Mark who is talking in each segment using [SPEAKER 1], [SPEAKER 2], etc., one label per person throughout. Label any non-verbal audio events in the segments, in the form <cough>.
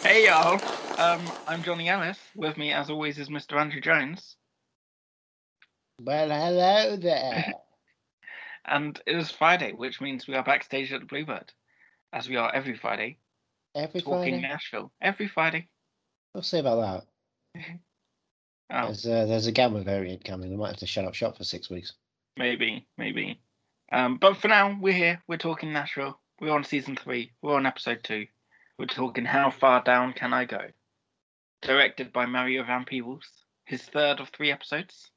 [SPEAKER 1] Hey y'all, um, I'm Johnny Ellis. With me, as always, is Mr. Andrew Jones,
[SPEAKER 2] Well, hello there.
[SPEAKER 1] and it is Friday, which means we are backstage at the Bluebird, as we are every Friday,
[SPEAKER 2] Every
[SPEAKER 1] talking
[SPEAKER 2] Friday.
[SPEAKER 1] Nashville every Friday.
[SPEAKER 2] We'll see about
[SPEAKER 1] Oh,
[SPEAKER 2] that. There's, uh, there's a gamma variant coming. We might have to shut up shop for six weeks.
[SPEAKER 1] maybe, maybe. Um, but for now, we're here. We're talking Nashville. We're on season three. We're on episode two. We're talking how far down can I go? Directed by Mario Van Peebles, his third of three episodes.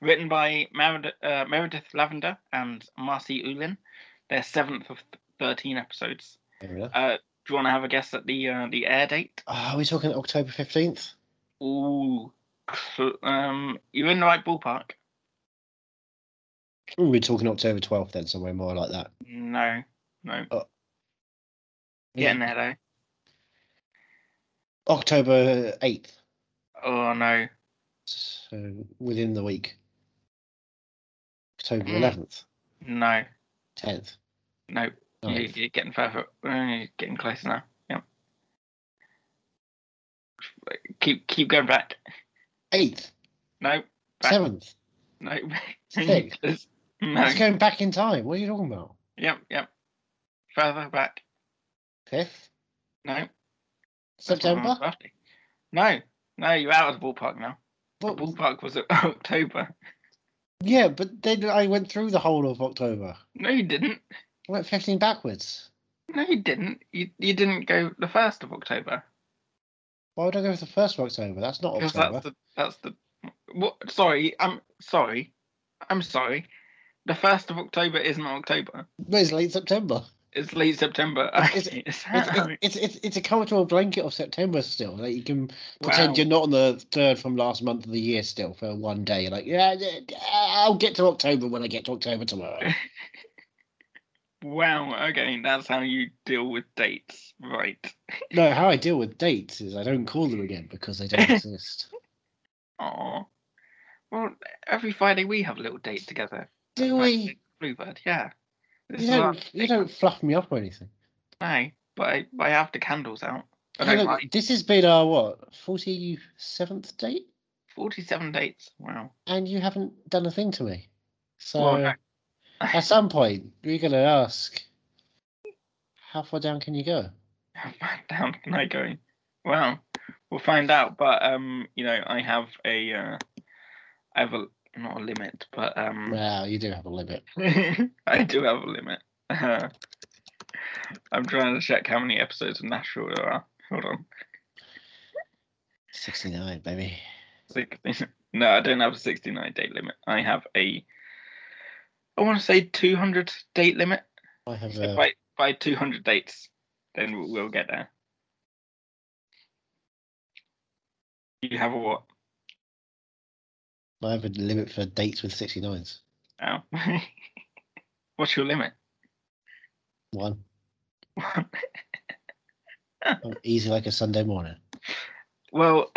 [SPEAKER 1] Written by Mered- uh, Meredith Lavender and Marcy Ulin, their seventh of th- thirteen episodes.
[SPEAKER 2] Fair enough.
[SPEAKER 1] Uh, do you want to have a guess at the uh, the air date?
[SPEAKER 2] Oh, are we talking October 15th?
[SPEAKER 1] Ooh, cl- um, you're in the right ballpark.
[SPEAKER 2] Ooh, We're talking October 12th then, somewhere more like that.
[SPEAKER 1] No, no,
[SPEAKER 2] Yeah.
[SPEAKER 1] getting there though.
[SPEAKER 2] October 8th.
[SPEAKER 1] Oh no.
[SPEAKER 2] So within the week. October
[SPEAKER 1] Mm.
[SPEAKER 2] 11th,
[SPEAKER 1] No,
[SPEAKER 2] 10th.
[SPEAKER 1] no, you're,
[SPEAKER 2] 9th.
[SPEAKER 1] you're getting further, uh, you're getting closer now. Yep. Keep keep going back.
[SPEAKER 2] 8th,
[SPEAKER 1] No, back.
[SPEAKER 2] 7th.
[SPEAKER 1] no. <laughs>
[SPEAKER 2] Six.
[SPEAKER 1] Just- no.
[SPEAKER 2] It's going back in time. What are you talking about?
[SPEAKER 1] Yep, yep. Further back.
[SPEAKER 2] 5th,
[SPEAKER 1] No. that's not
[SPEAKER 2] September?
[SPEAKER 1] on Thursday. No, no, you're out of the ballpark now. The
[SPEAKER 2] But,
[SPEAKER 1] ballpark was <laughs> at October.
[SPEAKER 2] yeah, but then I went through the whole of October.
[SPEAKER 1] No, you didn't.
[SPEAKER 2] I went 15 backwards.
[SPEAKER 1] No, you didn't. You you didn't go the first of October
[SPEAKER 2] Why would I go with the first of October? That's not
[SPEAKER 1] because
[SPEAKER 2] October.
[SPEAKER 1] that's the that's the. What? Sorry, I'm sorry. I'm sorry. The first of October isn't October.
[SPEAKER 2] But it's late September.
[SPEAKER 1] It's late September. <laughs>
[SPEAKER 2] It's-
[SPEAKER 1] Okay, it's-
[SPEAKER 2] It's, it's, it's, it's a comfortable blanket of September still. Like you can pretend
[SPEAKER 1] Wow.
[SPEAKER 2] you're not on the third from last month of the year still for one day. You're like, yeah, yeah, yeah, I'll get to October when I get to
[SPEAKER 1] <laughs>
[SPEAKER 2] October tomorrow.
[SPEAKER 1] Wow. Okay, that's how you deal with dates, right?
[SPEAKER 2] no, how I deal with dates is I don't call them again because
[SPEAKER 1] <laughs>
[SPEAKER 2] they don't exist.
[SPEAKER 1] Aw. Well, every Friday we have a little date together.
[SPEAKER 2] Do we?
[SPEAKER 1] Bluebird, yeah. This
[SPEAKER 2] You
[SPEAKER 1] is our
[SPEAKER 2] don't, you don't fluff me up or anything.
[SPEAKER 1] no, but I, but I have the candles out. I
[SPEAKER 2] Hang
[SPEAKER 1] don't
[SPEAKER 2] on,
[SPEAKER 1] like
[SPEAKER 2] this has been our, what, 47th date?
[SPEAKER 1] forty-seven dates. Wow.
[SPEAKER 2] And you haven't done a thing to me. So.
[SPEAKER 1] Well, no.
[SPEAKER 2] At some point, we're going to ask, how far down can you go?
[SPEAKER 1] <laughs> How far down can I go? Well, we'll find out. But um, you know, I have a, uh, I have a not a limit, but um,
[SPEAKER 2] Well, you do have a limit.
[SPEAKER 1] <laughs> I do have a limit. <laughs> I'm trying to check how many episodes of Nashville there are. Hold on.
[SPEAKER 2] 69, baby.
[SPEAKER 1] 16. <laughs> No, I don't have a 69 date limit. I have a, I want to say 200 date limit.
[SPEAKER 2] I have
[SPEAKER 1] So
[SPEAKER 2] a.
[SPEAKER 1] by, by 200 dates, then we'll, we'll get there. You have a what?
[SPEAKER 2] I have a limit for dates with 69s.
[SPEAKER 1] Now? Oh. <laughs> What's your limit? <laughs>
[SPEAKER 2] One. I'm easy like a Sunday morning.
[SPEAKER 1] well,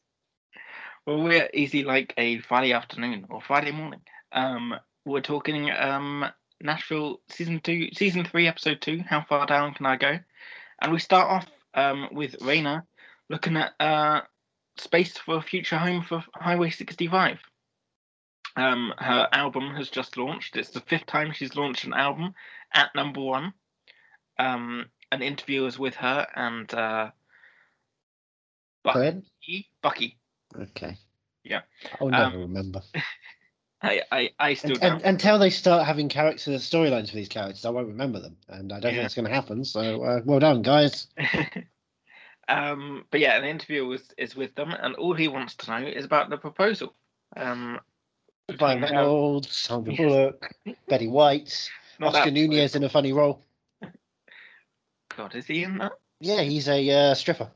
[SPEAKER 1] <laughs> well, we're easy like a Friday afternoon or Friday morning. Um, we're talking um Nashville season two, season three, episode two. How far down can I go? And we start off um with Raina looking at uh space for a future home for Highway 65. Um, her album has just launched. It's the fifth time she's launched an album at number one. Um, an interview is with her and uh, Bucky.
[SPEAKER 2] Glenn?
[SPEAKER 1] Bucky.
[SPEAKER 2] Okay.
[SPEAKER 1] Yeah.
[SPEAKER 2] I'll
[SPEAKER 1] Um,
[SPEAKER 2] never remember.
[SPEAKER 1] I, I, I still
[SPEAKER 2] And,
[SPEAKER 1] don't.
[SPEAKER 2] and, until they start having character storylines for these characters, I won't remember them. And I don't
[SPEAKER 1] Yeah.
[SPEAKER 2] think it's going to happen. So, uh, well done, guys.
[SPEAKER 1] um, but yeah, an interview was, is with them, and all he wants to know is about the proposal. Um,
[SPEAKER 2] By
[SPEAKER 1] between her-
[SPEAKER 2] Reynolds, Sandra Bullock, Betty White,
[SPEAKER 1] <laughs> not
[SPEAKER 2] Oscar
[SPEAKER 1] that-
[SPEAKER 2] Nunez in a funny role.
[SPEAKER 1] God, is he in that?
[SPEAKER 2] Yeah, he's a uh, stripper.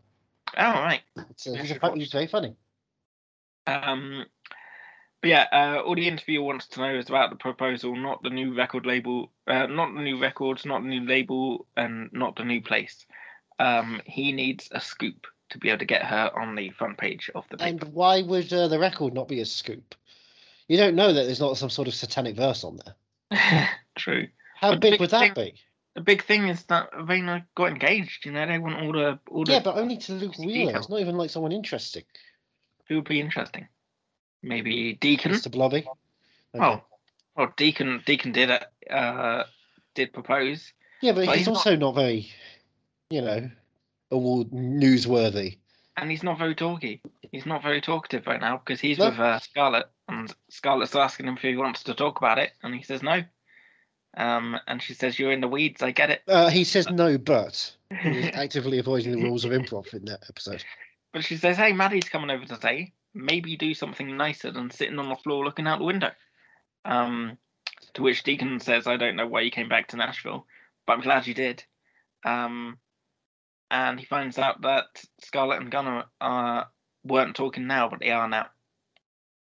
[SPEAKER 1] Oh, right.
[SPEAKER 2] It's a,
[SPEAKER 1] Yeah,
[SPEAKER 2] he's, a
[SPEAKER 1] sure.
[SPEAKER 2] fun, he's very funny.
[SPEAKER 1] Um, but yeah, uh, all the interviewer wants to know is about the proposal, not the new record label, uh, not the new records, not the new label, and not the new place. Um, he needs a scoop to be able to get her on the front page of the
[SPEAKER 2] And
[SPEAKER 1] paper.
[SPEAKER 2] why would uh, the record not be a scoop? You don't know that there's not some sort of satanic verse on there.
[SPEAKER 1] True.
[SPEAKER 2] How
[SPEAKER 1] But
[SPEAKER 2] big
[SPEAKER 1] big
[SPEAKER 2] would that be?
[SPEAKER 1] the big thing is that Vayner got engaged. You know, they want all the all the
[SPEAKER 2] Yeah, but only to Luke Wheeler. It's not even like someone interesting.
[SPEAKER 1] who would be interesting. Maybe Deacon.
[SPEAKER 2] Mr. Blobby. Okay.
[SPEAKER 1] Well, well, Deacon Deacon did it. Uh, did propose.
[SPEAKER 2] yeah, but,
[SPEAKER 1] but
[SPEAKER 2] he's,
[SPEAKER 1] he's not-
[SPEAKER 2] also not very, you know, award newsworthy.
[SPEAKER 1] and he's not very talky. He's not very talkative right now because he's
[SPEAKER 2] No.
[SPEAKER 1] with uh, Scarlett, and Scarlett's asking him if he wants to talk about it, and he says no. Um, and she says, "You're in the weeds. I get
[SPEAKER 2] Uh, he says no, but <laughs>
[SPEAKER 1] <laughs>
[SPEAKER 2] he's
[SPEAKER 1] it."
[SPEAKER 2] actively avoiding the rules of improv in that episode.
[SPEAKER 1] but she says, "Hey, Maddie's coming over today. Maybe do something nicer than sitting on the floor looking out the window." Um, to which Deacon says, "I don't know why you came back to Nashville, but I'm glad you did." Um, and he finds out that Scarlett and Gunnar uh, weren't talking now, but they are now.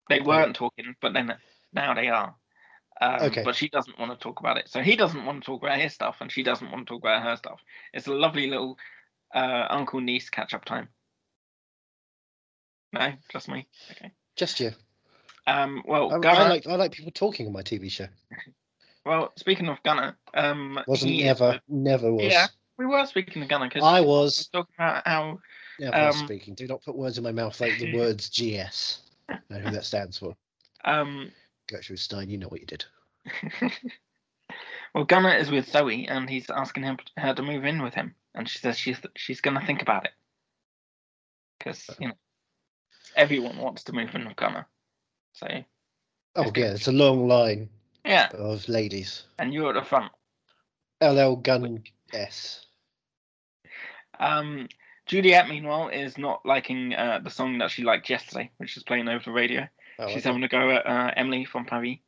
[SPEAKER 1] They weren't talking, but then now they are. Um,
[SPEAKER 2] Okay.
[SPEAKER 1] But she doesn't want to talk about it, so he doesn't want to talk about his stuff, and she doesn't want to talk about her stuff. It's a lovely little uh, uncle niece catch up time. No, just me. Okay.
[SPEAKER 2] Just you.
[SPEAKER 1] Um.
[SPEAKER 2] I,
[SPEAKER 1] Well,
[SPEAKER 2] I
[SPEAKER 1] Gunnar.
[SPEAKER 2] like I like people talking on my TV show.
[SPEAKER 1] Well, speaking of Gunnar, um,
[SPEAKER 2] Wasn't
[SPEAKER 1] he-
[SPEAKER 2] ever, never was.
[SPEAKER 1] Yeah, we were speaking of Gunnar because
[SPEAKER 2] I
[SPEAKER 1] we
[SPEAKER 2] was
[SPEAKER 1] were talking about how
[SPEAKER 2] never was
[SPEAKER 1] um,
[SPEAKER 2] speaking. Do not put words in my mouth like
[SPEAKER 1] <laughs>
[SPEAKER 2] the words GS. I know who that stands for.
[SPEAKER 1] um.
[SPEAKER 2] Gertrude Stein, you know what you did.
[SPEAKER 1] well, Gunnar is with Zoe, and he's asking him her to move in with him, and she says she's she's gonna think about it because you know everyone wants to move in with Gunnar. So
[SPEAKER 2] Oh
[SPEAKER 1] Okay.
[SPEAKER 2] yeah,
[SPEAKER 1] <laughs>
[SPEAKER 2] it's a long line
[SPEAKER 1] yeah,
[SPEAKER 2] of ladies.
[SPEAKER 1] and you're at the front.
[SPEAKER 2] LL Gun S.
[SPEAKER 1] Um, Juliet, meanwhile, is not liking uh, the song that she liked yesterday, which is playing over the radio.
[SPEAKER 2] Oh,
[SPEAKER 1] She's
[SPEAKER 2] okay.
[SPEAKER 1] having a go at uh, Emily from Paris,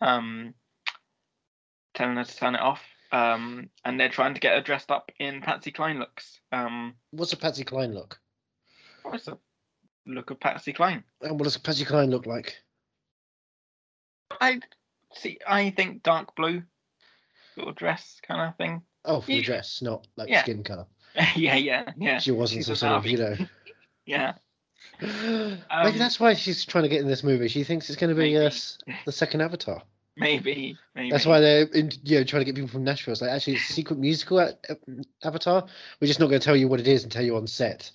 [SPEAKER 1] um, telling her to turn it off. Um, and they're trying to get her dressed up in Patsy Cline looks. Um,
[SPEAKER 2] What's a Patsy Cline look?
[SPEAKER 1] what's the look of Patsy Cline?
[SPEAKER 2] And what does a Patsy Cline look like?
[SPEAKER 1] I see. I think dark blue, sort of dress kind of thing. <laughs>
[SPEAKER 2] Oh, for the
[SPEAKER 1] Yeah.
[SPEAKER 2] dress, not like
[SPEAKER 1] Yeah.
[SPEAKER 2] skin colour.
[SPEAKER 1] yeah, yeah, yeah,
[SPEAKER 2] She wasn't
[SPEAKER 1] she's
[SPEAKER 2] some
[SPEAKER 1] a
[SPEAKER 2] sort of, you know.
[SPEAKER 1] yeah. Um, <laughs>
[SPEAKER 2] <gasps> Maybe that's why she's trying to get in this movie. She thinks it's going to be
[SPEAKER 1] Maybe.
[SPEAKER 2] uh, s- the second Avatar.
[SPEAKER 1] Maybe, maybe.
[SPEAKER 2] That's why they're in, you know, trying to get people from Nashville. It's like actually it's a secret musical at, Avatar. We're just not going to tell you what it is until you're on set.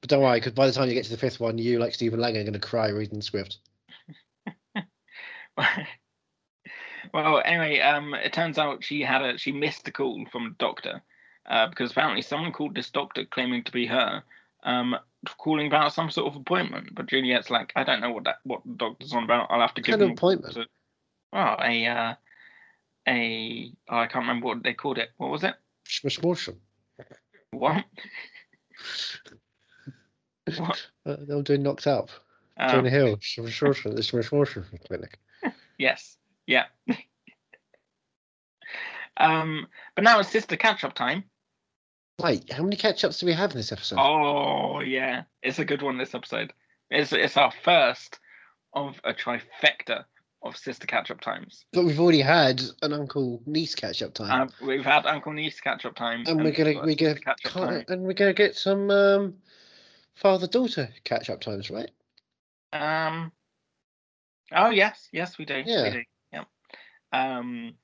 [SPEAKER 2] But don't worry, because by the time you get to the fifth one, you like Stephen Lang are going to cry reading the script.
[SPEAKER 1] <laughs> well, anyway, um, it turns out she had a she missed the call from a doctor, uh, because apparently someone called this doctor claiming to be her, um, calling about some sort of appointment. But Juliet's like, I don't know what that what the doctor's on about. I'll have to
[SPEAKER 2] What
[SPEAKER 1] give
[SPEAKER 2] kind of
[SPEAKER 1] him
[SPEAKER 2] appointment?
[SPEAKER 1] to- well a uh, a oh, I can't remember what they called it. What was it?
[SPEAKER 2] Schmorsham.
[SPEAKER 1] What? what?
[SPEAKER 2] Uh, they're doing knocked up.
[SPEAKER 1] Um,
[SPEAKER 2] Jonah Hill. Schmorsham. The Schmorsham clinic.
[SPEAKER 1] Yes. Yeah. <laughs> um, but now it's sister catch up time.
[SPEAKER 2] Wait, how many catch-ups do we have in this episode?
[SPEAKER 1] Oh yeah, it's a good one. This episode, it's it's our first of a trifecta of sister catch up times.
[SPEAKER 2] But we've already had an uncle niece catch-up time,
[SPEAKER 1] Um, we've had uncle niece catch up time,
[SPEAKER 2] and we're gonna
[SPEAKER 1] sister
[SPEAKER 2] we gonna
[SPEAKER 1] catch-up time.
[SPEAKER 2] and we're gonna get some um, father-daughter catch-up times, right?
[SPEAKER 1] Um. Oh yes, yes we do.
[SPEAKER 2] Yeah.
[SPEAKER 1] We do. Yeah. Um.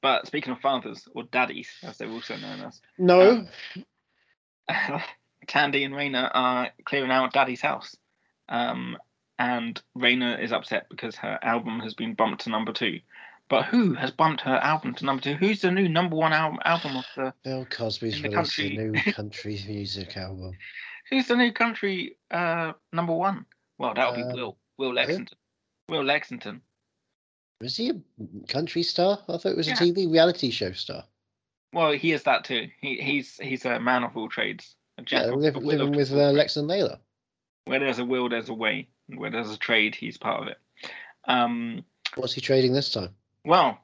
[SPEAKER 1] But speaking of fathers or daddies, as they're also known as,
[SPEAKER 2] No,
[SPEAKER 1] Um, <laughs> Tandy and Raina are clearing out Daddy's house. Um, and Raina is upset because her album has been bumped to number two. But who has bumped her album to number two? Who's the new number one al- album of the?
[SPEAKER 2] Bill Cosby's
[SPEAKER 1] in the
[SPEAKER 2] released a
[SPEAKER 1] country. <laughs>
[SPEAKER 2] new country music album.
[SPEAKER 1] Who's the new country uh, number one? Well, that'll
[SPEAKER 2] Um,
[SPEAKER 1] be Will. Will Lexington. Will Lexington.
[SPEAKER 2] Was he a country star? I thought it was
[SPEAKER 1] Yeah.
[SPEAKER 2] a TV reality show star.
[SPEAKER 1] Well, he is that too. He, he's he's a man of all trades. A jack
[SPEAKER 2] Yeah,
[SPEAKER 1] of-
[SPEAKER 2] liv-
[SPEAKER 1] a will of
[SPEAKER 2] living with
[SPEAKER 1] all
[SPEAKER 2] uh,
[SPEAKER 1] trades.
[SPEAKER 2] Lex and Layla.
[SPEAKER 1] Where there's a will, there's a way. And Where there's a trade, he's part of it. Um,
[SPEAKER 2] What's he trading this time?
[SPEAKER 1] well,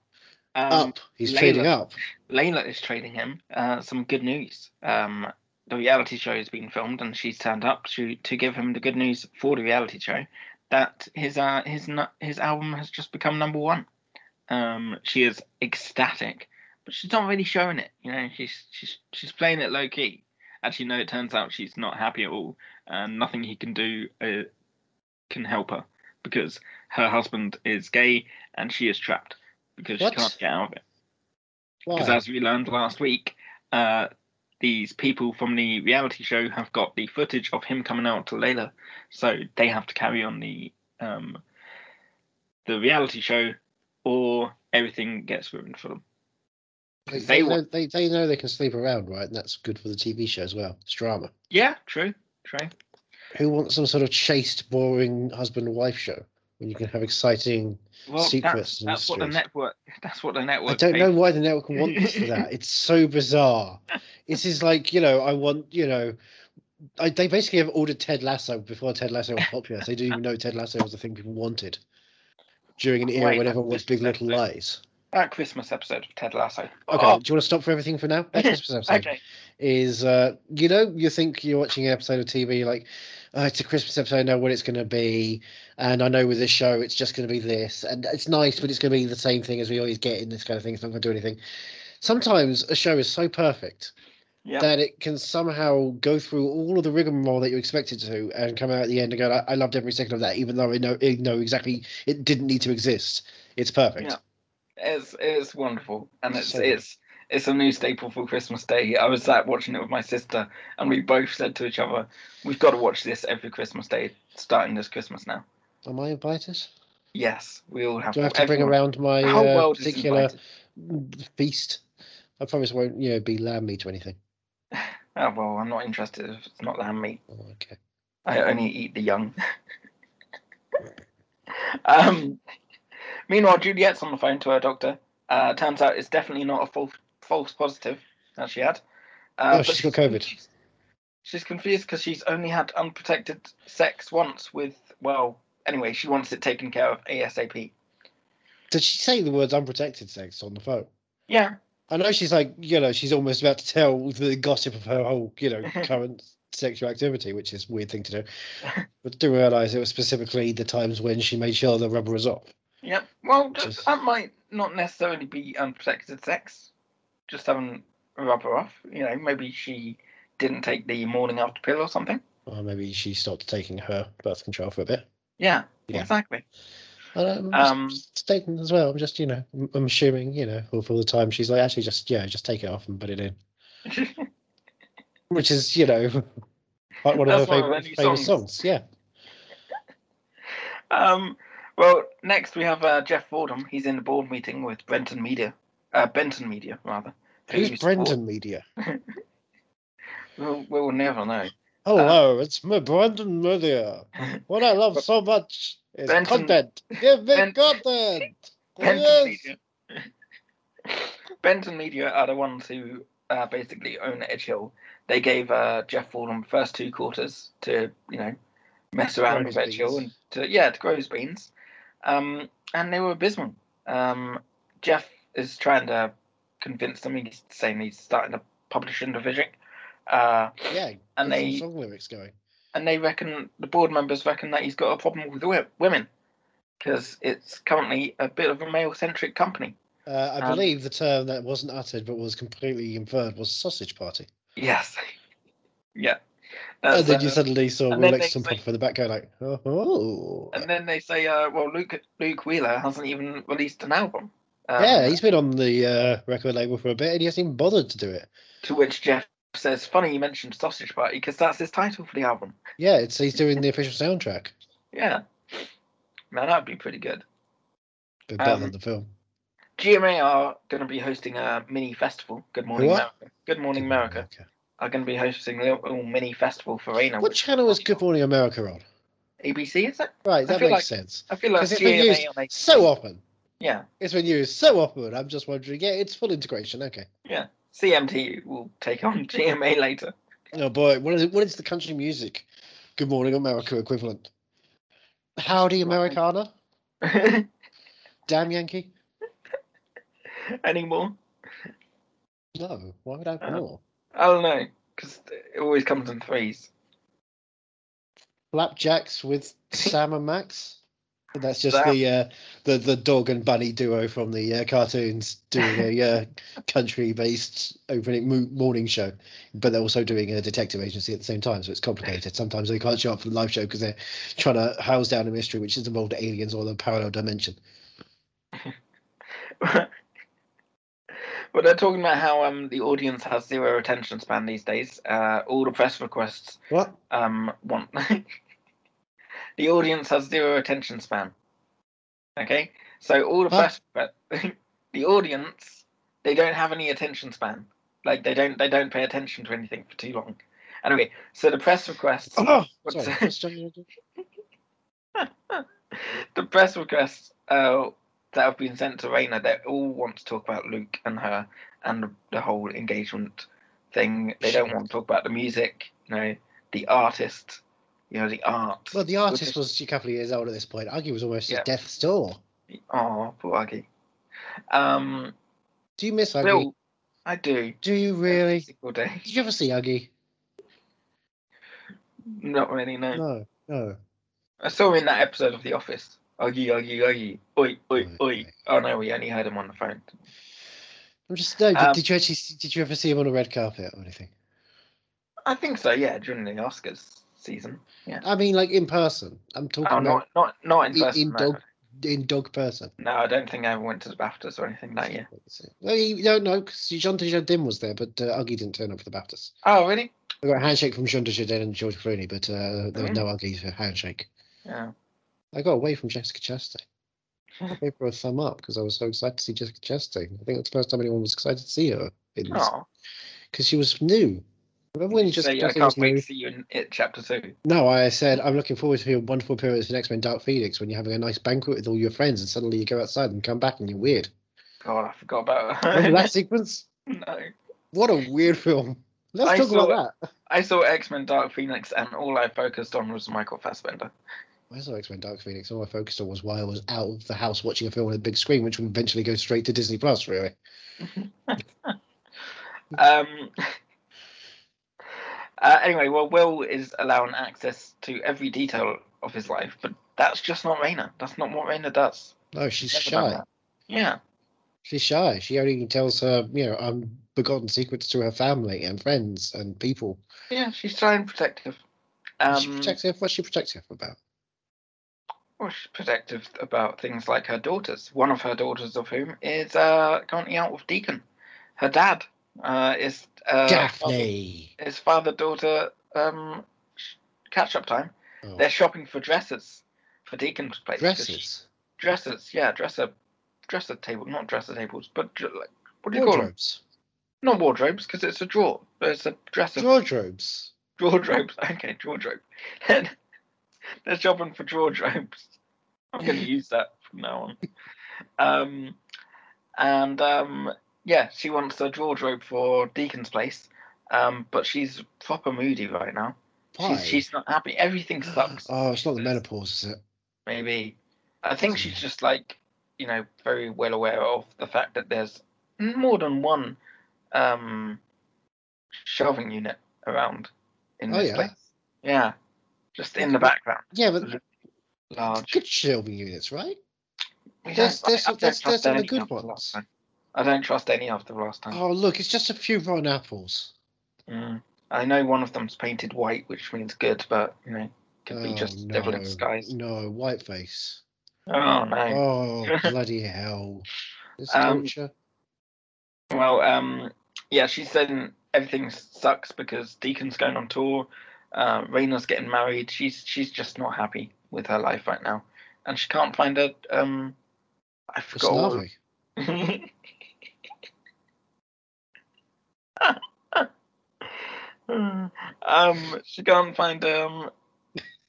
[SPEAKER 1] um,
[SPEAKER 2] up. He's trading
[SPEAKER 1] Layla.
[SPEAKER 2] up.
[SPEAKER 1] Layla is trading him uh, some good news. Um, the reality show has been filmed, and she's turned up to to give him the good news for the reality show that his uh, his nu- his album has just become number one. Um, she is ecstatic, but she's not really showing it. You know, she's she's she's playing it low key. Actually, no, it turns out she's not happy at all, and nothing he can do uh, can help her because her husband is gay and she is trapped because
[SPEAKER 2] What?
[SPEAKER 1] she can't get out of it. because
[SPEAKER 2] Why?
[SPEAKER 1] as we learned last week, uh, these people from the reality show have got the footage of him coming out to Layla, so they have to carry on the um, the reality show, or everything gets ruined for them.
[SPEAKER 2] They,
[SPEAKER 1] they
[SPEAKER 2] they, know,
[SPEAKER 1] want-
[SPEAKER 2] they, they know they can sleep around, right? And that's good for the TV show as well. It's drama.
[SPEAKER 1] Yeah, true, true.
[SPEAKER 2] Who wants some sort of chaste, boring husband and wife show when you can have exciting?
[SPEAKER 1] Well,
[SPEAKER 2] Secrets
[SPEAKER 1] that's,
[SPEAKER 2] and
[SPEAKER 1] that's what the
[SPEAKER 2] mysteries.
[SPEAKER 1] network. That's what the
[SPEAKER 2] I
[SPEAKER 1] network.
[SPEAKER 2] don't
[SPEAKER 1] pays
[SPEAKER 2] know why the network wants
[SPEAKER 1] <laughs>
[SPEAKER 2] that. It's so bizarre. This is like you know, I want you know, I, they basically have ordered Ted Lasso before Ted Lasso was popular. so they didn't even know Ted Lasso was the thing people wanted during an era
[SPEAKER 1] Wait,
[SPEAKER 2] when everyone
[SPEAKER 1] that's
[SPEAKER 2] was Big Little
[SPEAKER 1] disrespectful.
[SPEAKER 2] Lies.
[SPEAKER 1] That Christmas episode of Ted Lasso.
[SPEAKER 2] Okay,
[SPEAKER 1] Oh,
[SPEAKER 2] do you want to stop for everything for now?
[SPEAKER 1] <laughs>
[SPEAKER 2] That Christmas episode
[SPEAKER 1] okay.
[SPEAKER 2] is, uh, you know, you think you're watching an episode of TV, you're like, oh, it's a Christmas episode, I know what it's going to be. And I know with this show, it's just going to be this. And it's nice, but it's going to be the same thing as we always get in this kind of thing. It's not going to do anything. Sometimes a show is so perfect
[SPEAKER 1] Yeah.
[SPEAKER 2] that it can somehow go through all of the rigmarole that you expected to and come out at the end and go, I, I loved every second of that, even though I know, I know exactly it didn't need to exist. It's perfect.
[SPEAKER 1] Yeah. It's it's wonderful, and it's
[SPEAKER 2] So-
[SPEAKER 1] it's it's a new staple for Christmas Day. I was sat watching it with my sister, and we both said to each other, "We've got to watch this every Christmas Day, starting this Christmas now."
[SPEAKER 2] Am I invited?
[SPEAKER 1] Yes, we all have.
[SPEAKER 2] Do I have to bring
[SPEAKER 1] everyone-
[SPEAKER 2] around my
[SPEAKER 1] The whole
[SPEAKER 2] uh,
[SPEAKER 1] world is
[SPEAKER 2] particular
[SPEAKER 1] invited.
[SPEAKER 2] beast? I promise it won't, you know, be lamb meat or anything.
[SPEAKER 1] Oh well, I'm not interested if it's not lamb meat.
[SPEAKER 2] Oh, okay.
[SPEAKER 1] I only eat the young. <laughs> um, meanwhile, Juliet's on the phone to her doctor. Uh, turns out it's definitely not a false false positive that she had. Uh,
[SPEAKER 2] Oh,
[SPEAKER 1] but
[SPEAKER 2] she's got COVID.
[SPEAKER 1] confused. She's confused because she's only had unprotected sex once with, well, anyway, she wants it taken care of ASAP.
[SPEAKER 2] Did she say the words unprotected sex on the phone?
[SPEAKER 1] Yeah,
[SPEAKER 2] I know she's like, you know, she's almost about to tell the gossip of her whole, you know, current sexual activity, which is a weird thing to do. But I do realize it was specifically the times when she made sure the rubber was off.
[SPEAKER 1] yeah. Well,
[SPEAKER 2] Just-
[SPEAKER 1] that might not necessarily be unprotected sex. Just having a rubber off. You know, maybe she didn't take the morning after pill or something.
[SPEAKER 2] Or maybe she stopped taking her birth control for a bit.
[SPEAKER 1] Yeah,
[SPEAKER 2] Yeah.
[SPEAKER 1] exactly.
[SPEAKER 2] And I'm
[SPEAKER 1] Um,
[SPEAKER 2] just stating as well. I'm just, you know, I'm- I'm assuming, you know, for, for the time she's like, actually, just yeah, just take it off and put it in,
[SPEAKER 1] <laughs>
[SPEAKER 2] which is, you know, like
[SPEAKER 1] That's
[SPEAKER 2] one of her
[SPEAKER 1] one of
[SPEAKER 2] favorite,
[SPEAKER 1] her new
[SPEAKER 2] favorite
[SPEAKER 1] songs.
[SPEAKER 2] songs. Yeah,
[SPEAKER 1] Um, well, next we have uh, Jeff Fordham. He's in the board meeting with Brenton Media. Uh, Benton Media, rather.
[SPEAKER 2] who's
[SPEAKER 1] Who's-
[SPEAKER 2] Brendan Media?
[SPEAKER 1] We'll, we'll never know. Uh-huh.
[SPEAKER 2] Hello, it's me, Brendan Media. What I love so much is
[SPEAKER 1] Brendan-
[SPEAKER 2] content. Give me
[SPEAKER 1] Ben-
[SPEAKER 2] content.
[SPEAKER 1] Benton
[SPEAKER 2] Yes.
[SPEAKER 1] Media. <laughs> Benton Media are the ones who uh, basically own Edge Hill. They gave uh, Jeff Fordham first two quarters to, you know, mess around
[SPEAKER 2] Grow
[SPEAKER 1] with
[SPEAKER 2] his
[SPEAKER 1] Edge Hill and
[SPEAKER 2] beans.
[SPEAKER 1] to, yeah, to grow his beans. Um, and they were abysmal. Um, Jeff is trying to convince them. He's saying he's starting a publishing division. Uh,
[SPEAKER 2] Yeah,
[SPEAKER 1] And
[SPEAKER 2] and
[SPEAKER 1] they-
[SPEAKER 2] they song lyrics going.
[SPEAKER 1] and they reckon the board members reckon that he's got a problem with wi- women because it's currently a bit of a male-centric company.
[SPEAKER 2] Uh, I
[SPEAKER 1] Um,
[SPEAKER 2] believe the term that wasn't uttered but was completely inferred was sausage party.
[SPEAKER 1] <laughs> Yes. yeah.
[SPEAKER 2] And
[SPEAKER 1] That's,
[SPEAKER 2] Oh, then you
[SPEAKER 1] uh,
[SPEAKER 2] suddenly saw
[SPEAKER 1] and
[SPEAKER 2] Will
[SPEAKER 1] then they
[SPEAKER 2] Exton
[SPEAKER 1] say-
[SPEAKER 2] pop in the back go like, oh, oh.
[SPEAKER 1] and then they say, uh, well, Luke Luke Wheeler hasn't even released an album. Um,
[SPEAKER 2] yeah, he's been on the uh, record label for a bit and he hasn't even bothered to do it.
[SPEAKER 1] To which Jeff says, "Funny you mentioned Sausage Party because that's his title for the album."
[SPEAKER 2] Yeah, it's he's doing the official soundtrack,
[SPEAKER 1] Yeah. Man, that'd be pretty good.
[SPEAKER 2] but better
[SPEAKER 1] Um,
[SPEAKER 2] than the film.
[SPEAKER 1] GMA are going to be hosting a mini festival. Good morning,
[SPEAKER 2] Who are?
[SPEAKER 1] America. Good morning, America. Are going to be hosting a little mini festival for Raina.
[SPEAKER 2] What channel was Good Morning America on?
[SPEAKER 1] ABC is it?
[SPEAKER 2] Right, that
[SPEAKER 1] feel
[SPEAKER 2] makes
[SPEAKER 1] like-
[SPEAKER 2] sense.
[SPEAKER 1] I feel like
[SPEAKER 2] Because it's been used
[SPEAKER 1] GMA on ABC.
[SPEAKER 2] so often.
[SPEAKER 1] Yeah,
[SPEAKER 2] It's been used so often. I'm just wondering, yeah, it's full integration. Okay.
[SPEAKER 1] yeah. CMT will take on <laughs> GMA later.
[SPEAKER 2] Oh boy, what is, what is the country music Good Morning America equivalent? Howdy Americana? Damn Yankee?
[SPEAKER 1] Anymore?
[SPEAKER 2] No, why would I have
[SPEAKER 1] Uh,
[SPEAKER 2] more?
[SPEAKER 1] I don't know because it always comes in threes.
[SPEAKER 2] Flapjacks with Sam and Max? That's just
[SPEAKER 1] Sam.
[SPEAKER 2] the uh, the the dog and bunny duo from the uh, cartoons doing a uh,
[SPEAKER 1] <laughs>
[SPEAKER 2] country-based opening mo- morning show, but they're also doing a detective agency at the same time, so it's complicated. Sometimes they can't show up for the live show because they're trying to house down a mystery which has involved aliens or the parallel dimension.
[SPEAKER 1] But they're talking about how um the audience has zero attention span these days. Uh, all the press requests
[SPEAKER 2] What?
[SPEAKER 1] um want <laughs> the audience has zero attention span. Okay, so all the
[SPEAKER 2] Huh?
[SPEAKER 1] press, but <laughs> the audience they don't have any attention span. Like they don't they don't pay attention to anything for too long. Anyway, so the press requests
[SPEAKER 2] Oh,
[SPEAKER 1] What's
[SPEAKER 2] sorry.
[SPEAKER 1] that?
[SPEAKER 2] what's Johnny Roger?
[SPEAKER 1] the press requests uh, that have been sent to Raina, they all want to talk about Luke and her and the whole engagement thing. They don't want to talk about the music, you know, the artist, you know, the art.
[SPEAKER 2] Well, the
[SPEAKER 1] is-
[SPEAKER 2] artist was a couple of years old at this point. Aggie was almost
[SPEAKER 1] Yeah.
[SPEAKER 2] at death's door.
[SPEAKER 1] Oh, poor Aggie. Um,
[SPEAKER 2] Do you miss Aggie?
[SPEAKER 1] Bill, I do.
[SPEAKER 2] Do you
[SPEAKER 1] Every
[SPEAKER 2] really?
[SPEAKER 1] single day. <laughs>
[SPEAKER 2] Did you ever see Aggie?
[SPEAKER 1] Not really, no.
[SPEAKER 2] No, no.
[SPEAKER 1] I saw him in that episode of The Office. Oggy, oggy, oggy. Oi, oi, oi.
[SPEAKER 2] Okay.
[SPEAKER 1] Oh no, we only heard him on the phone.
[SPEAKER 2] I'm just no. Did,
[SPEAKER 1] Um,
[SPEAKER 2] did you actually? see- Did you ever see him on a red carpet or anything?
[SPEAKER 1] I think so, yeah, during the Oscars season.
[SPEAKER 2] I mean, like in person. I'm talking
[SPEAKER 1] Oh,
[SPEAKER 2] about
[SPEAKER 1] not not not in
[SPEAKER 2] in,
[SPEAKER 1] person.
[SPEAKER 2] in
[SPEAKER 1] no.
[SPEAKER 2] dog in dog person.
[SPEAKER 1] No, I don't think I ever went to the BAFTAs or anything that year.
[SPEAKER 2] No, you don't know because Jean de Jardin was there, but uh, Uggy didn't turn up for the Baptist.
[SPEAKER 1] Oh, really?
[SPEAKER 2] We got a handshake from Jean de Jardin and George Clooney, but uh, there was
[SPEAKER 1] Mm.
[SPEAKER 2] no Uggy for a handshake.
[SPEAKER 1] Yeah.
[SPEAKER 2] I got away from Jessica Chastain. I
[SPEAKER 1] Mm.
[SPEAKER 2] gave her a thumb up because I was so excited to see Jessica Chastain. I think that's the first time anyone was excited to see her because
[SPEAKER 1] Oh.
[SPEAKER 2] she was new. Remember when
[SPEAKER 1] you
[SPEAKER 2] Jessica
[SPEAKER 1] say, I
[SPEAKER 2] Chastain
[SPEAKER 1] can't
[SPEAKER 2] was
[SPEAKER 1] wait
[SPEAKER 2] new?
[SPEAKER 1] to see you in it chapter two.
[SPEAKER 2] No, I said I'm looking forward to your wonderful appearance in X Men Dark Phoenix when you're having a nice banquet with all your friends and suddenly you go outside and come back and you're weird.
[SPEAKER 1] God, I forgot about <laughs>
[SPEAKER 2] Remember that sequence?
[SPEAKER 1] no.
[SPEAKER 2] What a weird film. Let's
[SPEAKER 1] I
[SPEAKER 2] talk
[SPEAKER 1] saw
[SPEAKER 2] about that.
[SPEAKER 1] I saw X Men Dark Phoenix and all I focused on was Michael Fassbender.
[SPEAKER 2] I saw X Men Dark Phoenix. All I focused on was why I was out of the house watching a film on a big screen, which would eventually go straight to Disney Plus, really.
[SPEAKER 1] Um <laughs> uh, anyway, well Will is allowing access to every detail of his life, but that's just not Raina. That's not what Raina does.
[SPEAKER 2] No, she's
[SPEAKER 1] Never done
[SPEAKER 2] shy.
[SPEAKER 1] that. Yeah.
[SPEAKER 2] She's shy. She only tells her, you know, um, begotten secrets to her family and friends and people.
[SPEAKER 1] Yeah, she's shy and protective.
[SPEAKER 2] And
[SPEAKER 1] Um
[SPEAKER 2] she protects her. What's she protective about?
[SPEAKER 1] Well, she's protective about things like her daughters. One of her daughters, of whom is uh, currently out with Deacon. Her dad uh, is uh,
[SPEAKER 2] Daphne.
[SPEAKER 1] father- Is father-daughter um, sh- catch-up time.
[SPEAKER 2] Oh,
[SPEAKER 1] They're shopping for dresses for Deacon's place. 'cause she-
[SPEAKER 2] dresses.
[SPEAKER 1] Dresses, yeah, dresser, dresser table, not dresser tables, but dr- like, what do you call them?
[SPEAKER 2] Wardrobes.
[SPEAKER 1] Not wardrobes, because it's a drawer. but It's a dresser.
[SPEAKER 2] Wardrobes.
[SPEAKER 1] Wardrobes. Okay, wardrobe. <laughs> They're shopping for wardrobes. I'm going to use that from now on. Um, and um, yeah, she wants a wardrobe for Deacon's place, um, but she's proper moody right now.
[SPEAKER 2] Why?
[SPEAKER 1] She's, she's not happy. Everything sucks.
[SPEAKER 2] Oh, it's not the menopause, is it?
[SPEAKER 1] Maybe I think
[SPEAKER 2] Hmm.
[SPEAKER 1] she's just like you know very well aware of the fact that there's more than one um, shelving unit around in
[SPEAKER 2] Oh,
[SPEAKER 1] this
[SPEAKER 2] yeah?
[SPEAKER 1] place. Yeah, just in the background,
[SPEAKER 2] Yeah, but
[SPEAKER 1] large.
[SPEAKER 2] good shelving units, right?
[SPEAKER 1] Yeah,
[SPEAKER 2] That's-
[SPEAKER 1] I- I
[SPEAKER 2] that's-
[SPEAKER 1] don't
[SPEAKER 2] that's-
[SPEAKER 1] trust
[SPEAKER 2] that's all the
[SPEAKER 1] any
[SPEAKER 2] good
[SPEAKER 1] of the last
[SPEAKER 2] ones.
[SPEAKER 1] time. I don't trust any of the last time.
[SPEAKER 2] Oh, look, it's just a few rotten apples.
[SPEAKER 1] Mm. I know one of them's painted white, which means good, but you know, could be just devil in disguise.
[SPEAKER 2] Oh, No, whiteface.
[SPEAKER 1] Oh no. <laughs>
[SPEAKER 2] Oh, bloody hell. This
[SPEAKER 1] Um,
[SPEAKER 2] torture.
[SPEAKER 1] Well, um, yeah, she's saying everything sucks because Deacon's going on tour, uh, Raina's getting married. She's she's just not happy with her life right now, and she can't find a um. I
[SPEAKER 2] It's
[SPEAKER 1] forgot. what-
[SPEAKER 2] lovely.
[SPEAKER 1] <laughs> um, she can't find um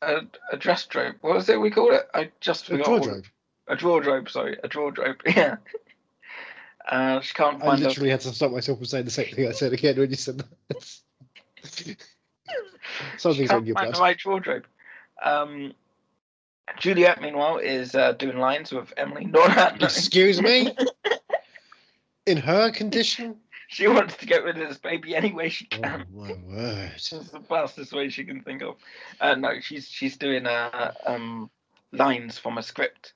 [SPEAKER 1] a, a dress robe. What was it we called it? I just
[SPEAKER 2] A
[SPEAKER 1] forgot. what-
[SPEAKER 2] wardrobe.
[SPEAKER 1] A wardrobe, sorry, a wardrobe. <laughs> Yeah. Uh, she can't
[SPEAKER 2] I
[SPEAKER 1] find a
[SPEAKER 2] literally had to stop myself from saying the same thing I said again when you said
[SPEAKER 1] <laughs>
[SPEAKER 2] that.
[SPEAKER 1] she
[SPEAKER 2] Something's on
[SPEAKER 1] can't
[SPEAKER 2] your
[SPEAKER 1] find the
[SPEAKER 2] blood.
[SPEAKER 1] right wardrobe. Um, Juliet, meanwhile, is uh, doing lines with Emily. <laughs> Not <laughs>
[SPEAKER 2] Excuse me? In her condition?
[SPEAKER 1] She wants to get rid of this baby any way she can.
[SPEAKER 2] Oh, my word.
[SPEAKER 1] That's the fastest way she can think of. Uh, no, she's she's doing uh, um, lines from a script.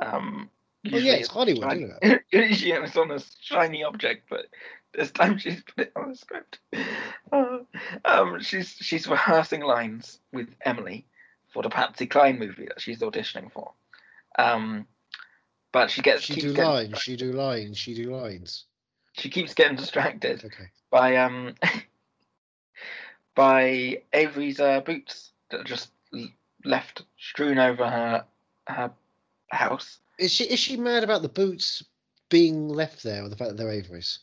[SPEAKER 1] Um,
[SPEAKER 2] Well, Oh, yeah, it's
[SPEAKER 1] it's
[SPEAKER 2] Hollywood,
[SPEAKER 1] shiny-
[SPEAKER 2] isn't
[SPEAKER 1] <laughs>
[SPEAKER 2] it?
[SPEAKER 1] usually it's on a shiny object, but this time <laughs> she's put it on a script. Uh, um, she's she's rehearsing lines with Emily for the Patsy Cline movie that she's auditioning for. Um, but she gets
[SPEAKER 2] She
[SPEAKER 1] keeps
[SPEAKER 2] do
[SPEAKER 1] getting-
[SPEAKER 2] lines, she do lines, she do lines.
[SPEAKER 1] She keeps getting distracted
[SPEAKER 2] Okay.
[SPEAKER 1] by um <laughs> by Avery's uh, boots that are just l- left strewn over her her house.
[SPEAKER 2] Is she is she mad about the boots being left there, or the fact that they're Avery's?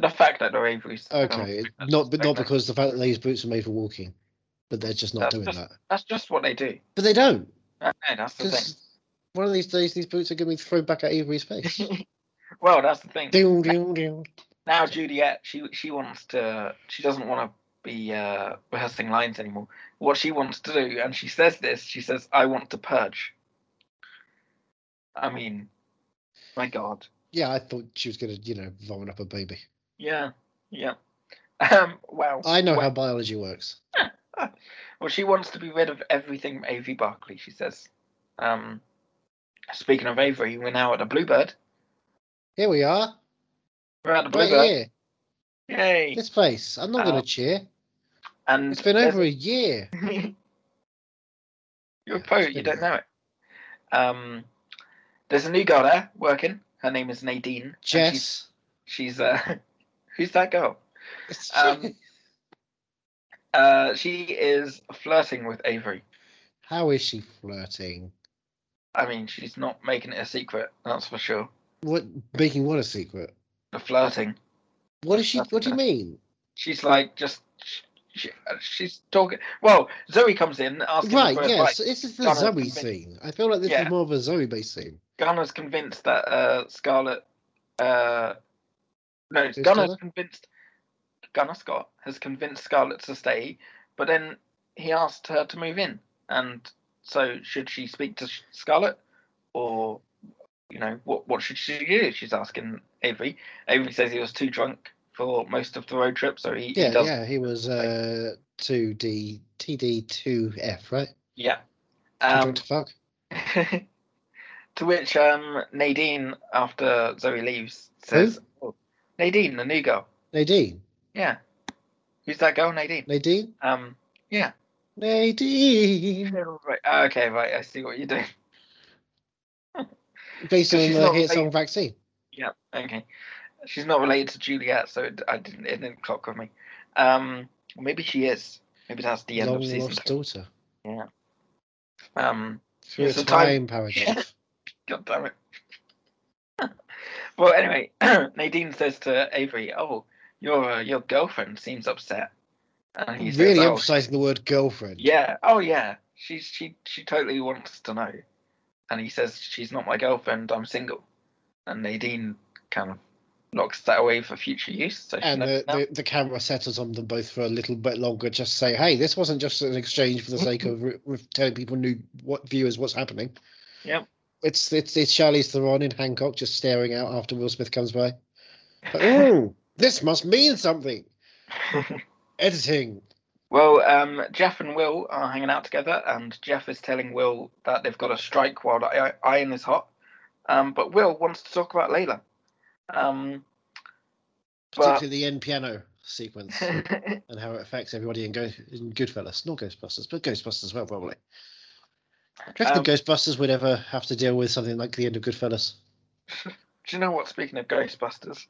[SPEAKER 1] The fact that they're Avery's. um,
[SPEAKER 2] Okay, not but not because the fact that these boots are made for walking, but they're just not
[SPEAKER 1] That's
[SPEAKER 2] doing
[SPEAKER 1] just-
[SPEAKER 2] that.
[SPEAKER 1] that's just what they do.
[SPEAKER 2] But they don't,
[SPEAKER 1] I know, that's the thing.
[SPEAKER 2] because one of these days these boots are going to be thrown back at Avery's
[SPEAKER 1] <laughs>
[SPEAKER 2] face.
[SPEAKER 1] Well, that's the thing.
[SPEAKER 2] Ding, ding, ding.
[SPEAKER 1] Now Juliet, she she wants to. She doesn't want to be uh, rehearsing lines anymore. What she wants to do, and she says this. She says, "I want to purge." I mean, my God.
[SPEAKER 2] Yeah, I thought she was going to, you know, vomit up a baby.
[SPEAKER 1] Yeah, yeah. <laughs> Um. Well,
[SPEAKER 2] I know
[SPEAKER 1] well,
[SPEAKER 2] how biology works.
[SPEAKER 1] Well, she wants to be rid of everything Avery Barkley. She says. Um. Speaking of Avery, we're now at the Bluebird.
[SPEAKER 2] Here we are,
[SPEAKER 1] We're at the
[SPEAKER 2] right
[SPEAKER 1] Bluebird.
[SPEAKER 2] here,
[SPEAKER 1] Yay!
[SPEAKER 2] this place. I'm not
[SPEAKER 1] Uh,
[SPEAKER 2] going to cheer.
[SPEAKER 1] And
[SPEAKER 2] It's been
[SPEAKER 1] there's-
[SPEAKER 2] over a year. <laughs>
[SPEAKER 1] You're a
[SPEAKER 2] Yeah,
[SPEAKER 1] poet,
[SPEAKER 2] it's
[SPEAKER 1] you
[SPEAKER 2] been
[SPEAKER 1] don't know it. Um, there's a new girl there working. Her name is Nadine. and She's,
[SPEAKER 2] Jess.
[SPEAKER 1] she's uh, <laughs> who's that girl?
[SPEAKER 2] It's-
[SPEAKER 1] um, Uh, she is flirting with Avery.
[SPEAKER 2] how is she flirting?
[SPEAKER 1] I mean, she's not making it a secret, that's for sure.
[SPEAKER 2] What making what a secret?
[SPEAKER 1] The flirting.
[SPEAKER 2] What is she? What do you mean?
[SPEAKER 1] She's like just. She, she- she's talking. Well, Zoe comes in asking
[SPEAKER 2] Right,
[SPEAKER 1] for
[SPEAKER 2] yeah.
[SPEAKER 1] advice.
[SPEAKER 2] So this is the
[SPEAKER 1] Gotta
[SPEAKER 2] Zoe
[SPEAKER 1] convince-
[SPEAKER 2] scene. I feel like this
[SPEAKER 1] Yeah.
[SPEAKER 2] is more of a Zoe based scene.
[SPEAKER 1] Gunner's convinced that uh, Scarlet. Uh, no,
[SPEAKER 2] Who's
[SPEAKER 1] Gunner's
[SPEAKER 2] Gunner?
[SPEAKER 1] convinced. Gunner Scott has convinced Scarlet to stay, but then he asked her to move in. And so, should she speak to Sh- Scarlet, or you know, what what should she do? She's asking Avery. Avery says he was too drunk for most of the road trip, so he, he
[SPEAKER 2] Yeah,
[SPEAKER 1] does.
[SPEAKER 2] yeah. He was uh two D T D two F, right?
[SPEAKER 1] Yeah.
[SPEAKER 2] Too
[SPEAKER 1] Um,
[SPEAKER 2] drunk to fuck.
[SPEAKER 1] <laughs> to which um, Nadine, after Zoe leaves, says, oh, "Nadine, the new girl."
[SPEAKER 2] Nadine.
[SPEAKER 1] Yeah. Who's that girl, Nadine?
[SPEAKER 2] Nadine?
[SPEAKER 1] Um, yeah.
[SPEAKER 2] Nadine.
[SPEAKER 1] Right. ah, Okay, right. I see what you're doing. <laughs>
[SPEAKER 2] Based on
[SPEAKER 1] she's
[SPEAKER 2] the
[SPEAKER 1] not
[SPEAKER 2] hit
[SPEAKER 1] like-
[SPEAKER 2] song vaccine.
[SPEAKER 1] Yeah. Okay. She's not related to Juliet, so it, I didn't. It didn't clock with me. Um, or maybe she is. Maybe that's the end
[SPEAKER 2] Long
[SPEAKER 1] of season.
[SPEAKER 2] lost
[SPEAKER 1] Three.
[SPEAKER 2] daughter.
[SPEAKER 1] Um,
[SPEAKER 2] Through
[SPEAKER 1] It's
[SPEAKER 2] a
[SPEAKER 1] the time- <laughs>
[SPEAKER 2] time paradox.
[SPEAKER 1] God damn it. <laughs> well, anyway, <clears throat> Nadine says to Avery, "Oh, your uh, your girlfriend seems upset," and he
[SPEAKER 2] really
[SPEAKER 1] says, "Oh,
[SPEAKER 2] emphasizing the word girlfriend.
[SPEAKER 1] Yeah. Oh, yeah. She's she she totally wants to know, and he says she's not my girlfriend. I'm single, and Nadine kind of locks that away for future use. So she
[SPEAKER 2] And
[SPEAKER 1] knows
[SPEAKER 2] the,
[SPEAKER 1] now. <laughs>
[SPEAKER 2] the, the camera settles on them both for a little bit longer, just say, hey, this wasn't just an exchange for the sake of re- re- telling people new what viewers what's happening.
[SPEAKER 1] Yep.
[SPEAKER 2] It's it's it's Charlize Theron in Hancock just staring out after Will Smith comes by.
[SPEAKER 1] <laughs>
[SPEAKER 2] Like, Ooh, this must mean something. Editing.
[SPEAKER 1] well, um, Jeff and Will are hanging out together, and Jeff is telling Will that they've got a strike while the i- iron is hot. Um, but Will wants to talk about Layla. Um, but
[SPEAKER 2] Particularly the end piano sequence
[SPEAKER 1] <laughs>
[SPEAKER 2] and how it affects everybody in, Go- in Goodfellas. Not Ghostbusters, but Ghostbusters as well, probably. Do you reckon
[SPEAKER 1] Um,
[SPEAKER 2] the Ghostbusters would ever have to deal with something like the end of Goodfellas?
[SPEAKER 1] Do you know what? Speaking of Ghostbusters,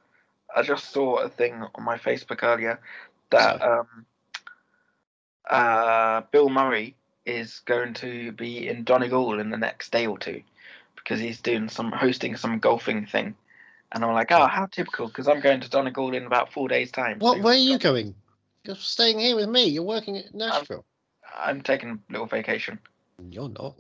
[SPEAKER 1] I just saw a thing on my Facebook earlier
[SPEAKER 2] What's
[SPEAKER 1] that um, uh, Bill Murray is going to be in Donegal in the next day or two because he's doing some hosting some golfing thing, and I'm like, oh, how typical! Because I'm going to Donegal in about four days' time.
[SPEAKER 2] What?
[SPEAKER 1] so
[SPEAKER 2] Where are you going? You're staying here with me. You're working at Nashville.
[SPEAKER 1] I'm taking a little vacation.
[SPEAKER 2] You're not.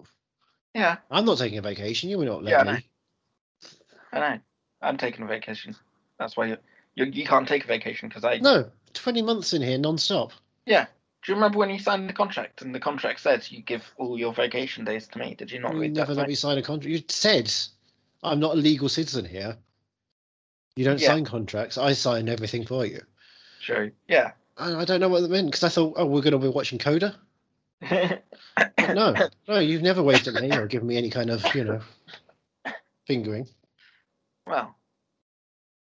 [SPEAKER 1] Yeah,
[SPEAKER 2] I'm not taking a vacation. You were not
[SPEAKER 1] Yeah, I know.
[SPEAKER 2] letting me.
[SPEAKER 1] I know. I'm taking a vacation. That's why you you, you can't take a vacation because I.
[SPEAKER 2] No, 20 months in here non-stop.
[SPEAKER 1] Do you remember when you signed the contract and the contract says you give all your vacation days to me? Did you not
[SPEAKER 2] you
[SPEAKER 1] read
[SPEAKER 2] Mm, never
[SPEAKER 1] that?
[SPEAKER 2] let
[SPEAKER 1] thing?
[SPEAKER 2] me sign a contract. You said I'm not a legal citizen here. You don't
[SPEAKER 1] Yeah.
[SPEAKER 2] sign contracts. I sign everything for you.
[SPEAKER 1] Sure. Yeah. <laughs>
[SPEAKER 2] And I don't know what that meant because I thought, oh, we're going to be watching Coda. But
[SPEAKER 1] <laughs>
[SPEAKER 2] no, no, you've never waved at me or given me any kind of, you know, fingering.
[SPEAKER 1] well,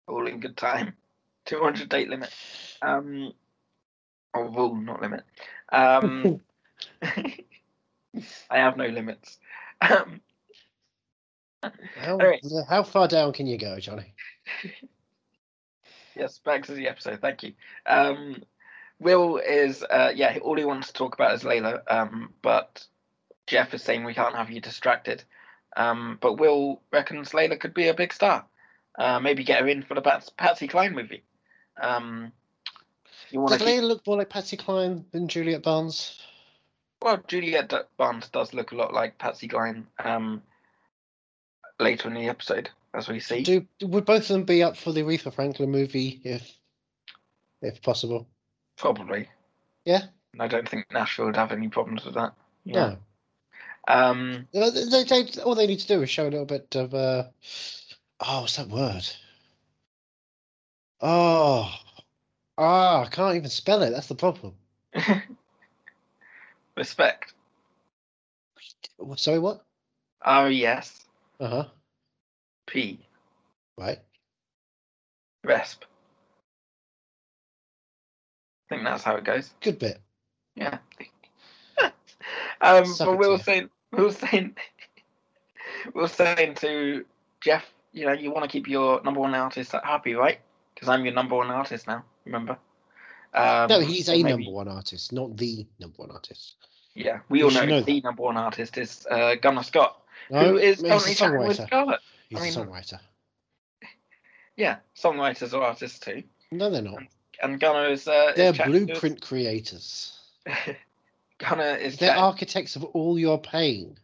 [SPEAKER 1] all in good time. <laughs> 200 date limit. Um, or rule, not limit. Um, <laughs> I have no limits. <laughs> Um,
[SPEAKER 2] How,
[SPEAKER 1] Alright.
[SPEAKER 2] how far down can you go, Johnny?
[SPEAKER 1] Yes, back to the episode. Thank you. Um, Will is uh, yeah. All he wants to talk about is Layla. Um, but Jeff is saying we can't have you distracted. Um, but Will reckons Layla could be a big star. Uh, maybe get her in for the Pats- Patsy Cline movie. Um, you want
[SPEAKER 2] Does
[SPEAKER 1] to
[SPEAKER 2] Layla look more like Patsy Cline than Juliet Barnes?
[SPEAKER 1] Well, Juliet D- Barnes does look a lot like Patsy Cline um, later in the episode, as we see.
[SPEAKER 2] Do would both of them be up for the Aretha Franklin movie if if possible?
[SPEAKER 1] Probably.
[SPEAKER 2] Yeah.
[SPEAKER 1] And I don't think Nashville would have any problems with that.
[SPEAKER 2] No.
[SPEAKER 1] Um,
[SPEAKER 2] Well, Uh, They, they, all they need to do is show a little bit of uh oh, what's that word? Oh, ah, I can't even spell it. That's the problem.
[SPEAKER 1] respect.
[SPEAKER 2] What- Sorry, what?
[SPEAKER 1] R E S
[SPEAKER 2] Uh huh.
[SPEAKER 1] P.
[SPEAKER 2] Right.
[SPEAKER 1] Resp. I think that's how it goes.
[SPEAKER 2] Good bit.
[SPEAKER 1] Yeah. <laughs> um,
[SPEAKER 2] Suck
[SPEAKER 1] but
[SPEAKER 2] it
[SPEAKER 1] we were
[SPEAKER 2] to
[SPEAKER 1] saying, we were saying, we were saying to Jeff, you know, you want to keep your number one artist happy, right? Because I'm your number one artist now. Remember? Um,
[SPEAKER 2] No, he's a
[SPEAKER 1] maybe-
[SPEAKER 2] number one artist, not the number one artist.
[SPEAKER 1] Yeah, we
[SPEAKER 2] You
[SPEAKER 1] all know,
[SPEAKER 2] should know
[SPEAKER 1] the number one artist is uh, Gunnar Scott,
[SPEAKER 2] No,
[SPEAKER 1] who is
[SPEAKER 2] he's a
[SPEAKER 1] currently chatting with
[SPEAKER 2] songwriter.
[SPEAKER 1] Scarlett.
[SPEAKER 2] He's
[SPEAKER 1] I mean-
[SPEAKER 2] a songwriter.
[SPEAKER 1] Yeah, songwriters are artists too,
[SPEAKER 2] No, they're not.
[SPEAKER 1] and Gunnar is. Uh, is
[SPEAKER 2] They're
[SPEAKER 1] chatting
[SPEAKER 2] blueprint creators.
[SPEAKER 1] To... Gunnar is.
[SPEAKER 2] They're
[SPEAKER 1] chatting-
[SPEAKER 2] architects of all your pain.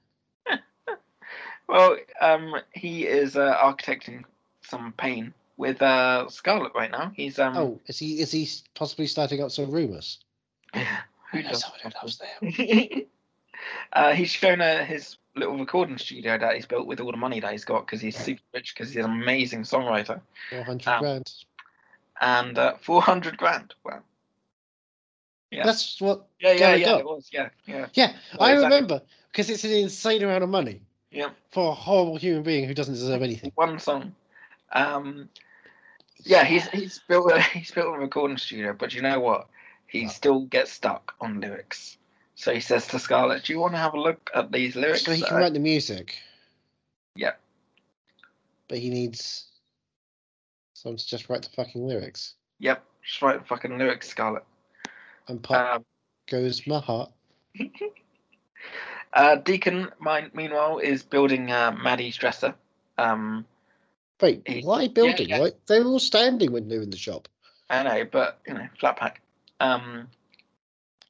[SPEAKER 1] Well, um, he is uh, architecting some pain with uh, Scarlet right now. He's um,
[SPEAKER 2] Oh, is he is he possibly starting up some rumours?
[SPEAKER 1] who does- <laughs>
[SPEAKER 2] someone who loves them.
[SPEAKER 1] uh, he's shown her his little recording studio that he's built with all the money that he's got because he's super rich because he's an amazing songwriter.
[SPEAKER 2] Four hundred
[SPEAKER 1] Um,
[SPEAKER 2] grand.
[SPEAKER 1] And uh, four hundred grand. Wow. yeah.
[SPEAKER 2] That's what.
[SPEAKER 1] Yeah, yeah,
[SPEAKER 2] Gunnar
[SPEAKER 1] yeah.
[SPEAKER 2] got.
[SPEAKER 1] It was. Yeah, yeah.
[SPEAKER 2] Yeah,
[SPEAKER 1] Well,
[SPEAKER 2] I
[SPEAKER 1] exactly.
[SPEAKER 2] remember because it's an insane amount of money.
[SPEAKER 1] Yep.
[SPEAKER 2] For a horrible human being who doesn't deserve anything.
[SPEAKER 1] One song. Um, yeah, he's he's built a, <laughs> he's built a recording studio, but you know what? He
[SPEAKER 2] What?
[SPEAKER 1] still gets stuck on lyrics. So he says to Scarlett, "Do you want to have a look at these lyrics?" Uh,
[SPEAKER 2] So he
[SPEAKER 1] that
[SPEAKER 2] can
[SPEAKER 1] I-
[SPEAKER 2] write the music.
[SPEAKER 1] Yeah.
[SPEAKER 2] But he needs someone to just write the fucking lyrics.
[SPEAKER 1] Yep, just write fucking lyrics, Scarlett.
[SPEAKER 2] And pop
[SPEAKER 1] Um,
[SPEAKER 2] goes my heart.
[SPEAKER 1] uh, Deacon, mine, meanwhile, is building uh, Maddie's dresser. Um,
[SPEAKER 2] Wait,
[SPEAKER 1] He-
[SPEAKER 2] why building?
[SPEAKER 1] yeah.
[SPEAKER 2] Right, they were all standing when they were in the shop.
[SPEAKER 1] I know, but you know, flat pack. Um, <laughs>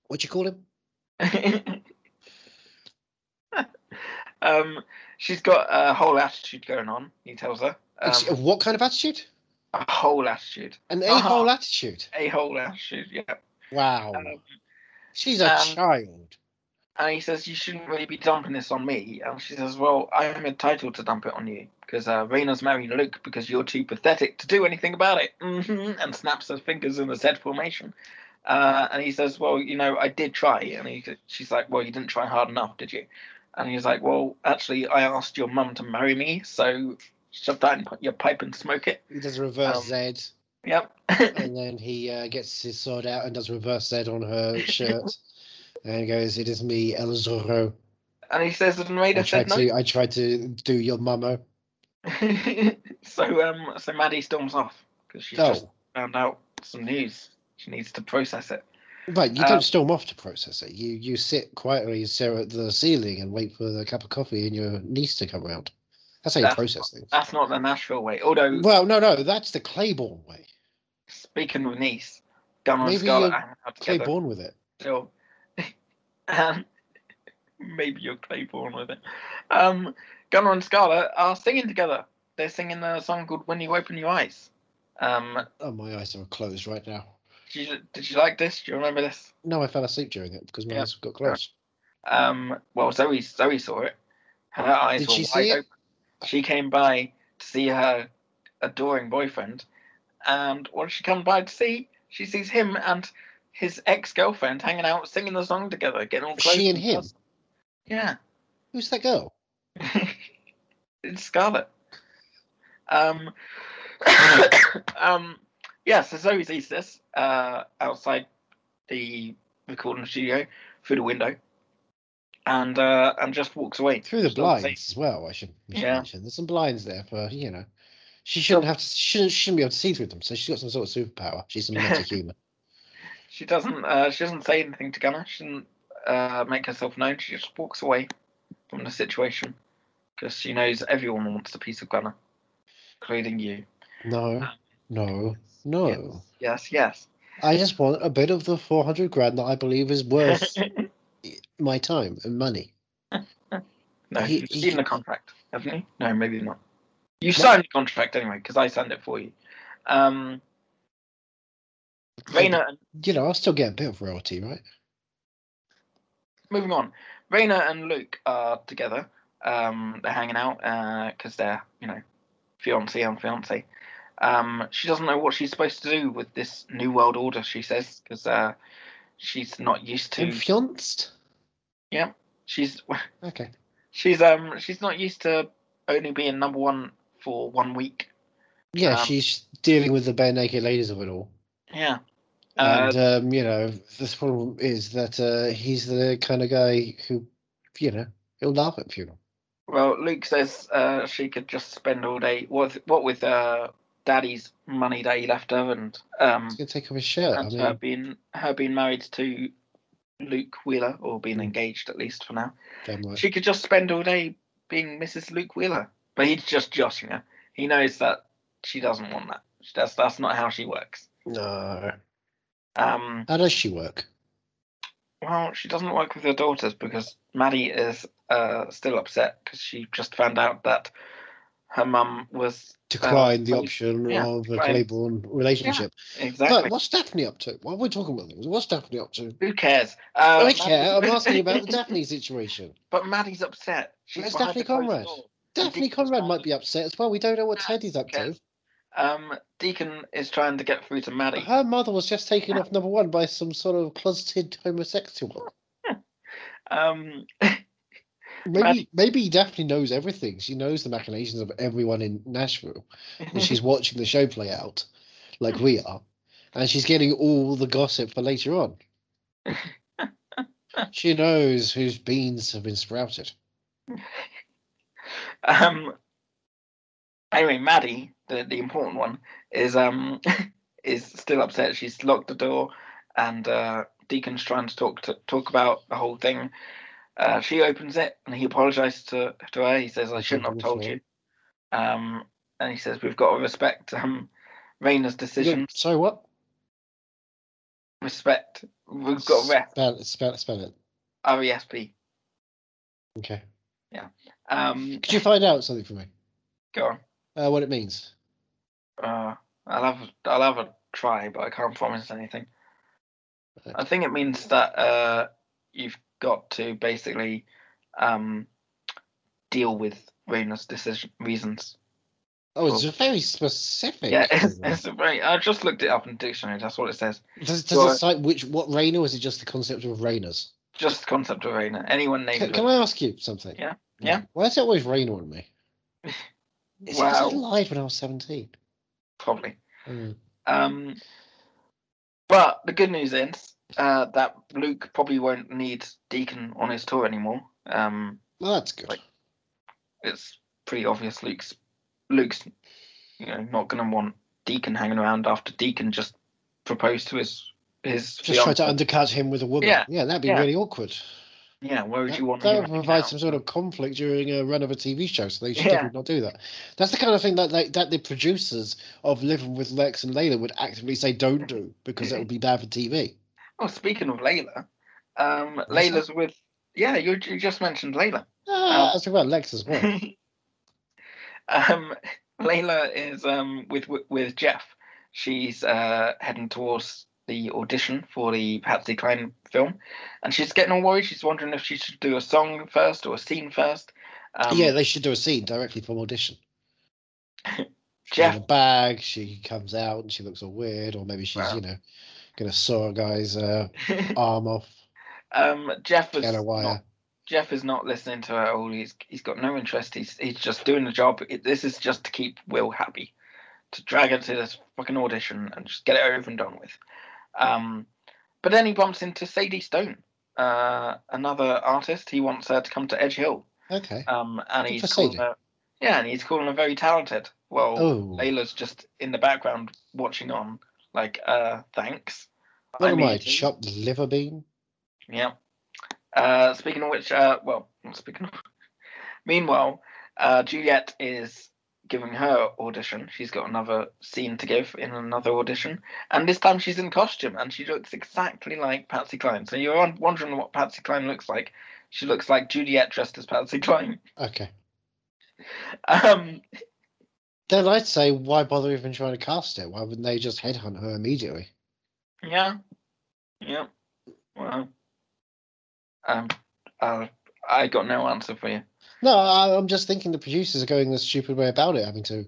[SPEAKER 2] What do you call him?
[SPEAKER 1] um, she's got a whole attitude going on. He tells her um,
[SPEAKER 2] Ex- what kind of attitude?
[SPEAKER 1] a whole attitude,
[SPEAKER 2] An
[SPEAKER 1] Uh-huh.
[SPEAKER 2] a-hole attitude.
[SPEAKER 1] a whole attitude. Yeah.
[SPEAKER 2] Wow.
[SPEAKER 1] Um,
[SPEAKER 2] She's a
[SPEAKER 1] um,
[SPEAKER 2] child.
[SPEAKER 1] and he says you shouldn't really be dumping this on me and she says well i'm entitled to dump it on you because uh, Raina's marrying luke because you're too pathetic to do anything about it hmm and snaps her fingers in the z formation uh, and he says well you know i did try and he, she's like well you didn't try hard enough did you and he's like well actually i asked your mum to marry me so shove that in your pipe and smoke it
[SPEAKER 2] He does a reverse Z,
[SPEAKER 1] <laughs> yep
[SPEAKER 2] and then he uh, gets his sword out and does a reverse Z on
[SPEAKER 1] <laughs>
[SPEAKER 2] her shirt, and goes, "It is me, El Zorro.
[SPEAKER 1] and he says and
[SPEAKER 2] I
[SPEAKER 1] Raina said
[SPEAKER 2] tried
[SPEAKER 1] no
[SPEAKER 2] to, I tried to do your mummo."
[SPEAKER 1] <laughs> so um so maddie storms off because she's just
[SPEAKER 2] Oh,
[SPEAKER 1] found out some news. She needs to process it.
[SPEAKER 2] right. You
[SPEAKER 1] Uh,
[SPEAKER 2] don't storm off to process it. You you sit quietly and stare at the ceiling and wait for the cup of coffee and your niece to come around. That's how you
[SPEAKER 1] That's-
[SPEAKER 2] process things.
[SPEAKER 1] That's not the Nashville way. Although
[SPEAKER 2] Well, no, no, that's the Claiborne way.
[SPEAKER 1] speaking of Nice, Gunnar and
[SPEAKER 2] Maybe
[SPEAKER 1] Scarlett
[SPEAKER 2] you're
[SPEAKER 1] hang out together
[SPEAKER 2] Claiborne with it.
[SPEAKER 1] <laughs> still. and Um, maybe you're Claiborne with it. Um, Gunnar and Scarlett are singing together. They're singing a song called "When You Open Your Eyes." Um,
[SPEAKER 2] Oh, my eyes are closed right now.
[SPEAKER 1] did you, did you like this? Do you remember this?
[SPEAKER 2] No, I fell asleep during it because my
[SPEAKER 1] Yeah.
[SPEAKER 2] eyes got closed.
[SPEAKER 1] Um, well, Zoe Zoe saw it. Her eyes
[SPEAKER 2] Mm. Did
[SPEAKER 1] were
[SPEAKER 2] she
[SPEAKER 1] wide
[SPEAKER 2] see it?
[SPEAKER 1] open. She came by to see her adoring boyfriend, and what did she come by to see? She sees him and his ex girlfriend hanging out, singing the song together, getting all close.
[SPEAKER 2] She and him.
[SPEAKER 1] Yeah,
[SPEAKER 2] Who's that girl?
[SPEAKER 1] it's Scarlet. Um, <coughs> um, yeah. So Zoe sees this uh, outside the recording studio through the window, and uh, and just walks away
[SPEAKER 2] Through the
[SPEAKER 1] She doesn't say
[SPEAKER 2] blinds as well. I should, we should
[SPEAKER 1] Yeah.
[SPEAKER 2] mention there's some blinds there for you know. She shouldn't have to. She shouldn't, shouldn't be able to see through them. So she's got some sort of superpower. She's
[SPEAKER 1] <laughs>
[SPEAKER 2] a metahuman.
[SPEAKER 1] She doesn't. Uh, she doesn't say anything to Gunnar. She doesn't uh, make herself known. She just walks away from the situation because she knows everyone wants a piece of Gunnar, including you.
[SPEAKER 2] No, no, no.
[SPEAKER 1] Yes, yes.
[SPEAKER 2] I just want a bit of the four hundred grand that I believe
[SPEAKER 1] <laughs>
[SPEAKER 2] is worth my time and money.
[SPEAKER 1] no,
[SPEAKER 2] He-
[SPEAKER 1] you've
[SPEAKER 2] he-
[SPEAKER 1] seen the contract, haven't you? No, maybe not. You signed the contract anyway because I signed it for you. Um, Raina and
[SPEAKER 2] You know, I'll still get a bit of royalty, right?
[SPEAKER 1] moving on. Raina and Luke are together. Um, they're hanging out because they're, you know, fiance and fiance. Um, she doesn't know what she's supposed to do with this new world order. She says because uh, she's not used to.
[SPEAKER 2] Enfianced?
[SPEAKER 1] She's <laughs>
[SPEAKER 2] Okay.
[SPEAKER 1] she's um she's not used to only being number one for one week.
[SPEAKER 2] Yeah,
[SPEAKER 1] Um,
[SPEAKER 2] she's dealing with the bare naked ladies of it all.
[SPEAKER 1] Yeah. Uh,
[SPEAKER 2] And um, you know, the problem is that uh, he's the kind of guy who, you know, he'll laugh at funeral.
[SPEAKER 1] well, Luke says uh, she could just spend all day. What what with uh, Daddy's money that he left her, and um,
[SPEAKER 2] He's gonna take off his shirt. I
[SPEAKER 1] and her
[SPEAKER 2] mean,
[SPEAKER 1] being her being married to Luke Wheeler or being
[SPEAKER 2] Mm.
[SPEAKER 1] engaged at least for now.
[SPEAKER 2] damn right.
[SPEAKER 1] She could just spend all day being Mrs. Luke Wheeler, but he's just joshing her. He knows that she doesn't want that. That's that's not how she works.
[SPEAKER 2] No.
[SPEAKER 1] Um,
[SPEAKER 2] How does she work?
[SPEAKER 1] well, she doesn't work with her daughters because Maddie is uh, still upset because she just found out that her mum was
[SPEAKER 2] Decline the
[SPEAKER 1] well,
[SPEAKER 2] option
[SPEAKER 1] Uh, yeah,
[SPEAKER 2] of a
[SPEAKER 1] right.
[SPEAKER 2] Claiborne relationship.
[SPEAKER 1] exactly.
[SPEAKER 2] But what's Daphne up to? Why are we talking about this? What's Daphne up to?
[SPEAKER 1] Who cares? Uh,
[SPEAKER 2] I care. I'm
[SPEAKER 1] Maddie-
[SPEAKER 2] asking you about the Daphne situation.
[SPEAKER 1] <laughs> But Maddie's upset. She's
[SPEAKER 2] Where's
[SPEAKER 1] behind
[SPEAKER 2] Daphne
[SPEAKER 1] a closed
[SPEAKER 2] Conrad?
[SPEAKER 1] door.
[SPEAKER 2] Daphne
[SPEAKER 1] Deacon's
[SPEAKER 2] Conrad
[SPEAKER 1] fine.
[SPEAKER 2] might be upset as well. We don't know what
[SPEAKER 1] Yeah,
[SPEAKER 2] Teddy's up to.
[SPEAKER 1] Um, Deacon is trying to get through to Maddie.
[SPEAKER 2] Her mother was just taken off number one by some sort of closeted homosexual.
[SPEAKER 1] Um,
[SPEAKER 2] Maybe maybe Daphne knows everything. She knows the machinations of everyone in Nashville. And
[SPEAKER 1] Mm-hmm.
[SPEAKER 2] she's watching the show play out like we are. And she's getting all the gossip for
[SPEAKER 1] <laughs>
[SPEAKER 2] later on. she knows whose beans have been sprouted.
[SPEAKER 1] um, anyway, Maddie, the, the important one, is um <laughs> is still upset. She's locked the door, and uh, Deacon's trying to talk to talk about the whole thing. Uh, she opens it, and he apologizes to to her. He says, "I shouldn't have told you." Um, and he says, "We've got to respect um Raina's decision.
[SPEAKER 2] So what?
[SPEAKER 1] Respect. We've got to rest."
[SPEAKER 2] Spell it, spell it, spell it.
[SPEAKER 1] R E S P.
[SPEAKER 2] Okay.
[SPEAKER 1] Um,
[SPEAKER 2] Could you find out something for me?
[SPEAKER 1] go on.
[SPEAKER 2] Uh, what it means?
[SPEAKER 1] Uh, I'll have I'll have a try, but I can't promise anything. I think it means that uh, you've got to basically um, deal with Raina's decision reasons.
[SPEAKER 2] Oh, it's very specific.
[SPEAKER 1] Yeah, <laughs> it's, it's a very. I just looked it up in the dictionary. That's what it says.
[SPEAKER 2] Does, does
[SPEAKER 1] Well, I-
[SPEAKER 2] it cite which what Rainer or is it just the concept of Rainers?
[SPEAKER 1] Just the concept of Raina. Anyone named
[SPEAKER 2] Can,
[SPEAKER 1] it.
[SPEAKER 2] can I ask you something?
[SPEAKER 1] Yeah, yeah.
[SPEAKER 2] Why is it always Rainer
[SPEAKER 1] <laughs>
[SPEAKER 2] on me? It's because I
[SPEAKER 1] Wow,
[SPEAKER 2] lied when I was seventeen.
[SPEAKER 1] probably.
[SPEAKER 2] Mm.
[SPEAKER 1] Um, but the good news is uh, that Luke probably won't need Deacon on his tour anymore. Um,
[SPEAKER 2] Well, that's good.
[SPEAKER 1] Like- it's pretty obvious Luke's Luke's you know not gonna want Deacon hanging around after Deacon just proposed to his his
[SPEAKER 2] just try
[SPEAKER 1] fiancée.
[SPEAKER 2] to undercut him with a woman.
[SPEAKER 1] Yeah,
[SPEAKER 2] that'd be
[SPEAKER 1] yeah.
[SPEAKER 2] really awkward.
[SPEAKER 1] yeah where would
[SPEAKER 2] That,
[SPEAKER 1] you want
[SPEAKER 2] that
[SPEAKER 1] him
[SPEAKER 2] would
[SPEAKER 1] right
[SPEAKER 2] provide
[SPEAKER 1] now?
[SPEAKER 2] some sort of conflict during a run of a TV show, so they should
[SPEAKER 1] Yeah.
[SPEAKER 2] definitely not do that. That's the kind of thing that they, that the producers of Living with Lex and Layla would actively say don't do because that would be bad for TV.
[SPEAKER 1] oh speaking of Layla um
[SPEAKER 2] that?
[SPEAKER 1] Layla's with yeah you, you just mentioned Layla
[SPEAKER 2] Ah, that's about Lex as well.
[SPEAKER 1] um Layla is um with with- with Jeff she's uh heading towards the audition for the Patsy Cline film and she's getting all worried she's wondering if she should do a song first or a scene first <laughs> um,
[SPEAKER 2] yeah, they should do a scene directly from audition. She's
[SPEAKER 1] Jeff
[SPEAKER 2] in a bag. She comes out and she looks all weird, or maybe she's
[SPEAKER 1] Wow.
[SPEAKER 2] you know gonna saw a guy's
[SPEAKER 1] <laughs>
[SPEAKER 2] uh, arm off
[SPEAKER 1] um, Jeff is
[SPEAKER 2] and a
[SPEAKER 1] not,
[SPEAKER 2] wire.
[SPEAKER 1] Jeff is not listening to her at all. He's he's got no interest. He's he's just doing the job. It, this is just to keep Will happy, to drag her to this fucking audition and just get it over and done with. Um, but then he bumps into Sadie Stone, uh, another artist. He wants her to come to Edge Hill.
[SPEAKER 2] Okay.
[SPEAKER 1] Um, and
[SPEAKER 2] Good
[SPEAKER 1] he's
[SPEAKER 2] for
[SPEAKER 1] calling
[SPEAKER 2] Sadie.
[SPEAKER 1] her, yeah, and he's calling her very talented. Well,
[SPEAKER 2] Oh.
[SPEAKER 1] Layla's just in the background watching on, like, uh, thanks.
[SPEAKER 2] What
[SPEAKER 1] I
[SPEAKER 2] am
[SPEAKER 1] need
[SPEAKER 2] I?
[SPEAKER 1] you.
[SPEAKER 2] Chopped liver bean?
[SPEAKER 1] Yeah. Uh, speaking of which, uh, well, not speaking of. <laughs> Meanwhile, uh, Juliet is giving her audition. She's got another scene to give in another audition, and this time she's in costume and she looks exactly like Patsy Cline. So you're won- wondering what Patsy Cline looks like. She looks like Juliet dressed as Patsy Cline. <laughs>
[SPEAKER 2] Okay.
[SPEAKER 1] Um,
[SPEAKER 2] Then I'd say, why bother even trying to cast it? Why wouldn't they just headhunt her immediately?
[SPEAKER 1] yeah, yeah. Well, um, uh, I got no answer for you. <laughs>
[SPEAKER 2] No, I, I'm just thinking the producers are going the stupid way about it, having to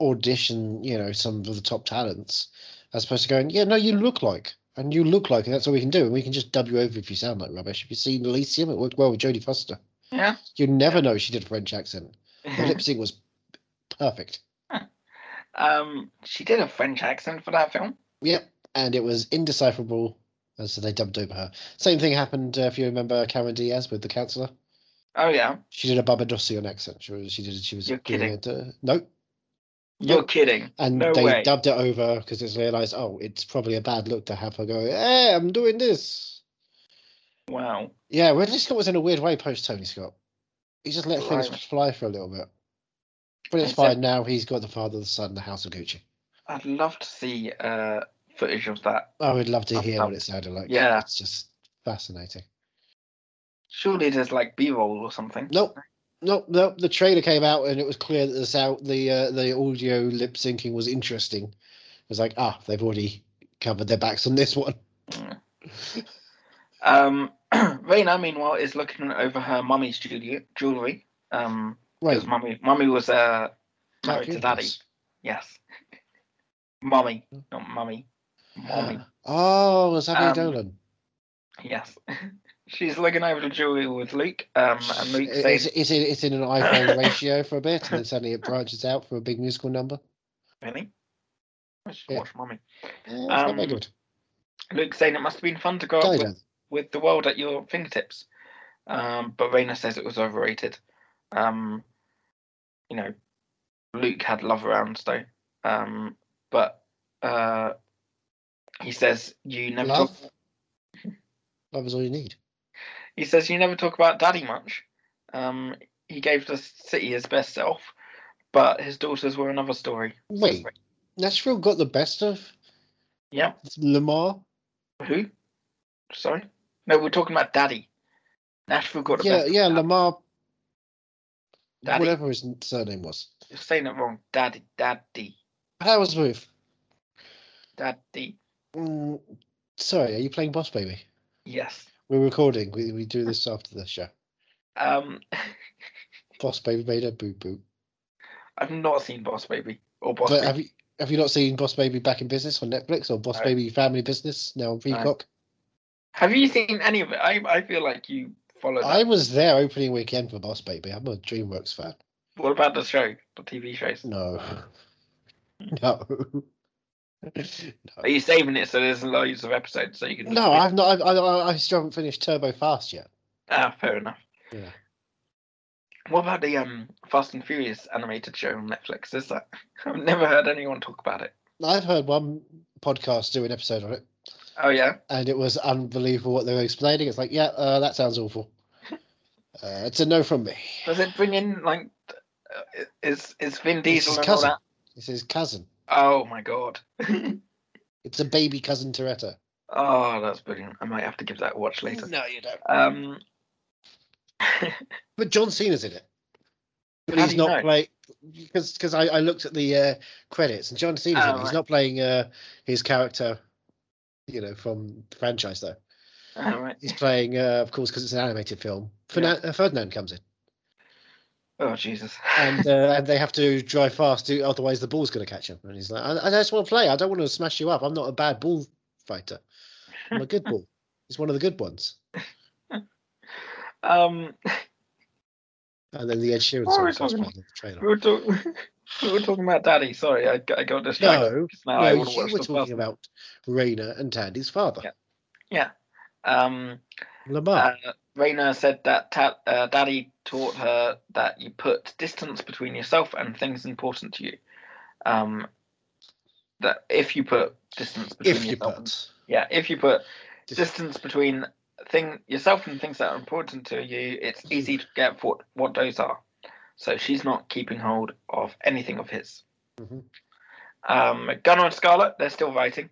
[SPEAKER 2] audition, you know, some of the top talents, as opposed to going, yeah, no, you look like, and you look like, and that's all we can do, and we can just dub you over if you sound like rubbish. If you've seen Elysium, it worked well with Jodie Foster.
[SPEAKER 1] Yeah.
[SPEAKER 2] You never know she did a French accent. Her
[SPEAKER 1] <laughs>
[SPEAKER 2] lip sync was perfect,
[SPEAKER 1] um, she did a French accent for that film.
[SPEAKER 2] and it was indecipherable, and so they dubbed over her. Same thing happened uh, if you remember Cameron Diaz with the counselor.
[SPEAKER 1] Oh yeah.
[SPEAKER 2] She did a Barbadoesian accent. She was, she did, she was
[SPEAKER 1] You're
[SPEAKER 2] doing
[SPEAKER 1] kidding.
[SPEAKER 2] it. Uh, no,
[SPEAKER 1] You're
[SPEAKER 2] Nope.
[SPEAKER 1] kidding.
[SPEAKER 2] And
[SPEAKER 1] No
[SPEAKER 2] they
[SPEAKER 1] way.
[SPEAKER 2] dubbed it over because it's realised, oh, it's probably a bad look to have her go, hey, I'm doing this.
[SPEAKER 1] Wow.
[SPEAKER 2] Yeah, Ridley Scott was in a weird way post Tony Scott. He just let
[SPEAKER 1] Blimey.
[SPEAKER 2] things fly for a little bit. But it's
[SPEAKER 1] Except-
[SPEAKER 2] fine now. He's got the father, the son, the house of Gucci.
[SPEAKER 1] I'd love to see uh, footage of that.
[SPEAKER 2] I would love to
[SPEAKER 1] Love
[SPEAKER 2] hear
[SPEAKER 1] that.
[SPEAKER 2] what it sounded like.
[SPEAKER 1] Yeah.
[SPEAKER 2] It's just fascinating.
[SPEAKER 1] Surely there's like B-roll or something.
[SPEAKER 2] Nope. Nope, nope. The trailer came out and it was clear that the sound, the uh, the audio lip syncing was interesting. It was like, ah, they've already covered their backs on this one.
[SPEAKER 1] Um, <clears throat> Raina, meanwhile, is looking over her mummy's jewelry. Jewelry. Um,
[SPEAKER 2] Right.
[SPEAKER 1] because mummy, mummy was uh, married to
[SPEAKER 2] Jack
[SPEAKER 1] daddy.
[SPEAKER 2] Nicklaus.
[SPEAKER 1] Yes. mummy,
[SPEAKER 2] Mm.
[SPEAKER 1] not mummy. Mummy.
[SPEAKER 2] Oh, was that
[SPEAKER 1] Um,
[SPEAKER 2] Dolan?
[SPEAKER 1] Yes. <laughs> She's looking over the jewelry with Luke. Um, and Luke
[SPEAKER 2] It-
[SPEAKER 1] says,
[SPEAKER 2] It's, it's, in, it's in an iPhone ratio for a bit, and then suddenly it branches out for a big musical number.
[SPEAKER 1] "Really? I should
[SPEAKER 2] Yeah.
[SPEAKER 1] watch mummy."
[SPEAKER 2] Eh, it's not very
[SPEAKER 1] Um,
[SPEAKER 2] good.
[SPEAKER 1] Luke saying it must have been fun to grow up
[SPEAKER 2] Go
[SPEAKER 1] with
[SPEAKER 2] then.
[SPEAKER 1] with the world at your fingertips. Um, but Raina says it was overrated. Um, you know, Luke had love around though. Um, but uh, he says you never talk.
[SPEAKER 2] Love. Love is all you need.
[SPEAKER 1] He says you never talk about Daddy much. Um, he gave the city his best self, but his daughters were another story.
[SPEAKER 2] Wait, Nashville got the best of
[SPEAKER 1] Yeah.
[SPEAKER 2] Lamar.
[SPEAKER 1] Who? Sorry. No, we're talking about Daddy. Nashville got the
[SPEAKER 2] Yeah,
[SPEAKER 1] best.
[SPEAKER 2] yeah, Lamar.
[SPEAKER 1] Daddy.
[SPEAKER 2] Whatever his surname was.
[SPEAKER 1] You're saying it wrong. Daddy. Daddy.
[SPEAKER 2] How was with?
[SPEAKER 1] Daddy.
[SPEAKER 2] Mm, sorry, are you playing Boss Baby?
[SPEAKER 1] Yes.
[SPEAKER 2] We're recording. We, we do this after the show.
[SPEAKER 1] Um,
[SPEAKER 2] Boss Baby made a boo boo.
[SPEAKER 1] I've not seen Boss Baby or Boss
[SPEAKER 2] But
[SPEAKER 1] Baby.
[SPEAKER 2] have you have you not seen Boss Baby Back in Business on Netflix or Boss
[SPEAKER 1] No.
[SPEAKER 2] Baby Family Business now on Peacock?
[SPEAKER 1] Have you seen any of it? I, I feel like you followed.
[SPEAKER 2] I was there opening weekend for Boss Baby. I'm a DreamWorks fan.
[SPEAKER 1] What about the show, the TV shows? <laughs>
[SPEAKER 2] No. No.
[SPEAKER 1] Are you saving it so there's loads of episodes so you can?
[SPEAKER 2] No, I've not. I've, I, I I still haven't finished Turbo Fast yet.
[SPEAKER 1] Ah, fair enough.
[SPEAKER 2] Yeah.
[SPEAKER 1] What about the um Fast and Furious animated show on Netflix? Is that? <laughs> I've never heard anyone talk about it.
[SPEAKER 2] I've heard one podcast do an episode on it,
[SPEAKER 1] Oh yeah,
[SPEAKER 2] and it was unbelievable what they were explaining. It's like, yeah, uh, that
[SPEAKER 1] <laughs>
[SPEAKER 2] sounds awful. Uh, it's a no from me.
[SPEAKER 1] does it bring in like? uh, Is is Vin
[SPEAKER 2] It's
[SPEAKER 1] Diesel and
[SPEAKER 2] his
[SPEAKER 1] all
[SPEAKER 2] cousin.
[SPEAKER 1] that?
[SPEAKER 2] It's his cousin.
[SPEAKER 1] Oh my god!
[SPEAKER 2] It's a baby cousin Toretto.
[SPEAKER 1] Oh, that's brilliant. I might have to give that a watch later.
[SPEAKER 2] No, you don't.
[SPEAKER 1] Um,
[SPEAKER 2] But John Cena's in it. But
[SPEAKER 1] How
[SPEAKER 2] he's
[SPEAKER 1] do you
[SPEAKER 2] not
[SPEAKER 1] know?
[SPEAKER 2] play because because I, I looked at the uh, credits and John Cena's in
[SPEAKER 1] Oh,
[SPEAKER 2] it. He's
[SPEAKER 1] right.
[SPEAKER 2] not playing uh, his character, you know, from the franchise though.
[SPEAKER 1] all right.
[SPEAKER 2] He's playing, uh, of course, because it's an animated film. Fernan- uh, Ferdinand comes in,
[SPEAKER 1] Oh Jesus.
[SPEAKER 2] and uh, and they have to drive fast, to, otherwise the ball's going to catch him. And he's like, I, I just want to play. I don't want to smash you up. I'm not a bad ball fighter. I'm a
[SPEAKER 1] <laughs>
[SPEAKER 2] good ball. He's one of the good ones.
[SPEAKER 1] Um,
[SPEAKER 2] And then the Ed Sheeran
[SPEAKER 1] What are
[SPEAKER 2] song
[SPEAKER 1] we
[SPEAKER 2] starts
[SPEAKER 1] talking
[SPEAKER 2] playing in the trailer.
[SPEAKER 1] we were, talk- <laughs> we were talking about Daddy. Sorry, I, I got distracted.
[SPEAKER 2] No,
[SPEAKER 1] No,
[SPEAKER 2] no,
[SPEAKER 1] I
[SPEAKER 2] you
[SPEAKER 1] want to watch
[SPEAKER 2] were
[SPEAKER 1] the
[SPEAKER 2] talking
[SPEAKER 1] first.
[SPEAKER 2] about Raina and Tandy's father.
[SPEAKER 1] Um,
[SPEAKER 2] Lamar.
[SPEAKER 1] Uh, Raina said that ta- uh, Daddy taught her that you put distance between yourself and things important to you. Um, that if you put distance between
[SPEAKER 2] if you
[SPEAKER 1] yourself and-
[SPEAKER 2] put.
[SPEAKER 1] yeah, if you put
[SPEAKER 2] Dis-
[SPEAKER 1] distance between thing yourself and things that are important to you, it's easy to get what what those are. So she's not keeping hold of anything of his.
[SPEAKER 2] Mhm.
[SPEAKER 1] Um, Gunnar and Scarlet, they're still writing.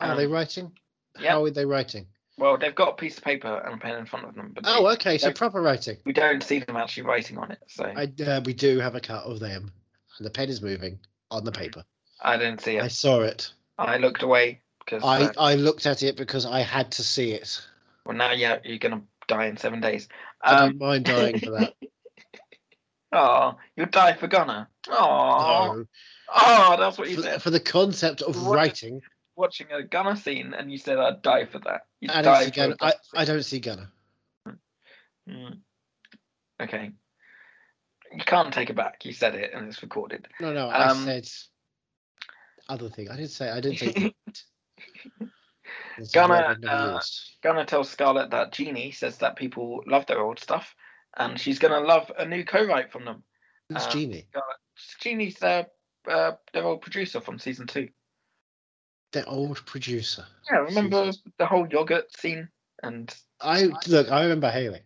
[SPEAKER 2] Are
[SPEAKER 1] Um,
[SPEAKER 2] Ah, they writing?
[SPEAKER 1] yeah.
[SPEAKER 2] How are they writing?
[SPEAKER 1] Well, they've got a piece of paper and a pen in front of them, but
[SPEAKER 2] Oh, okay. So
[SPEAKER 1] Yep.
[SPEAKER 2] proper writing.
[SPEAKER 1] we don't see them actually writing on it. So I,
[SPEAKER 2] I, uh, we do have a cut of them, and the pen is moving on the paper.
[SPEAKER 1] didn't see
[SPEAKER 2] I
[SPEAKER 1] it.
[SPEAKER 2] saw it.
[SPEAKER 1] I, looked away because
[SPEAKER 2] I, I looked at it because I had to see it.
[SPEAKER 1] well, now yeah, you're gonna die in seven days.
[SPEAKER 2] I don't
[SPEAKER 1] Um,
[SPEAKER 2] mind dying for that.
[SPEAKER 1] oh, you'll die for Gunnar. <laughs> Oh,
[SPEAKER 2] No.
[SPEAKER 1] oh, that's what you
[SPEAKER 2] For,
[SPEAKER 1] said.
[SPEAKER 2] for the concept of
[SPEAKER 1] What-
[SPEAKER 2] writing,
[SPEAKER 1] watching a gunner scene and you said I'd die for that. You'd
[SPEAKER 2] I don't
[SPEAKER 1] die
[SPEAKER 2] see
[SPEAKER 1] for a
[SPEAKER 2] Gunner. I,
[SPEAKER 1] gunner
[SPEAKER 2] I don't see Gunner.
[SPEAKER 1] scene. Mm. Okay. You can't take it back. You said it and it's recorded.
[SPEAKER 2] No, no. I
[SPEAKER 1] Um,
[SPEAKER 2] said other thing. I didn't say.
[SPEAKER 1] <laughs>
[SPEAKER 2] I didn't say. It's a
[SPEAKER 1] Gunner,
[SPEAKER 2] word I've never
[SPEAKER 1] uh,
[SPEAKER 2] used.
[SPEAKER 1] Gunner tells Scarlett that Jeannie says that people love their old stuff and she's going to love a new co write from them.
[SPEAKER 2] It's
[SPEAKER 1] uh,
[SPEAKER 2] Genie.
[SPEAKER 1] Jeannie's their, uh, their old producer from season two.
[SPEAKER 2] Their old producer.
[SPEAKER 1] Yeah, remember the whole yogurt scene? And
[SPEAKER 2] I look. I remember Haley.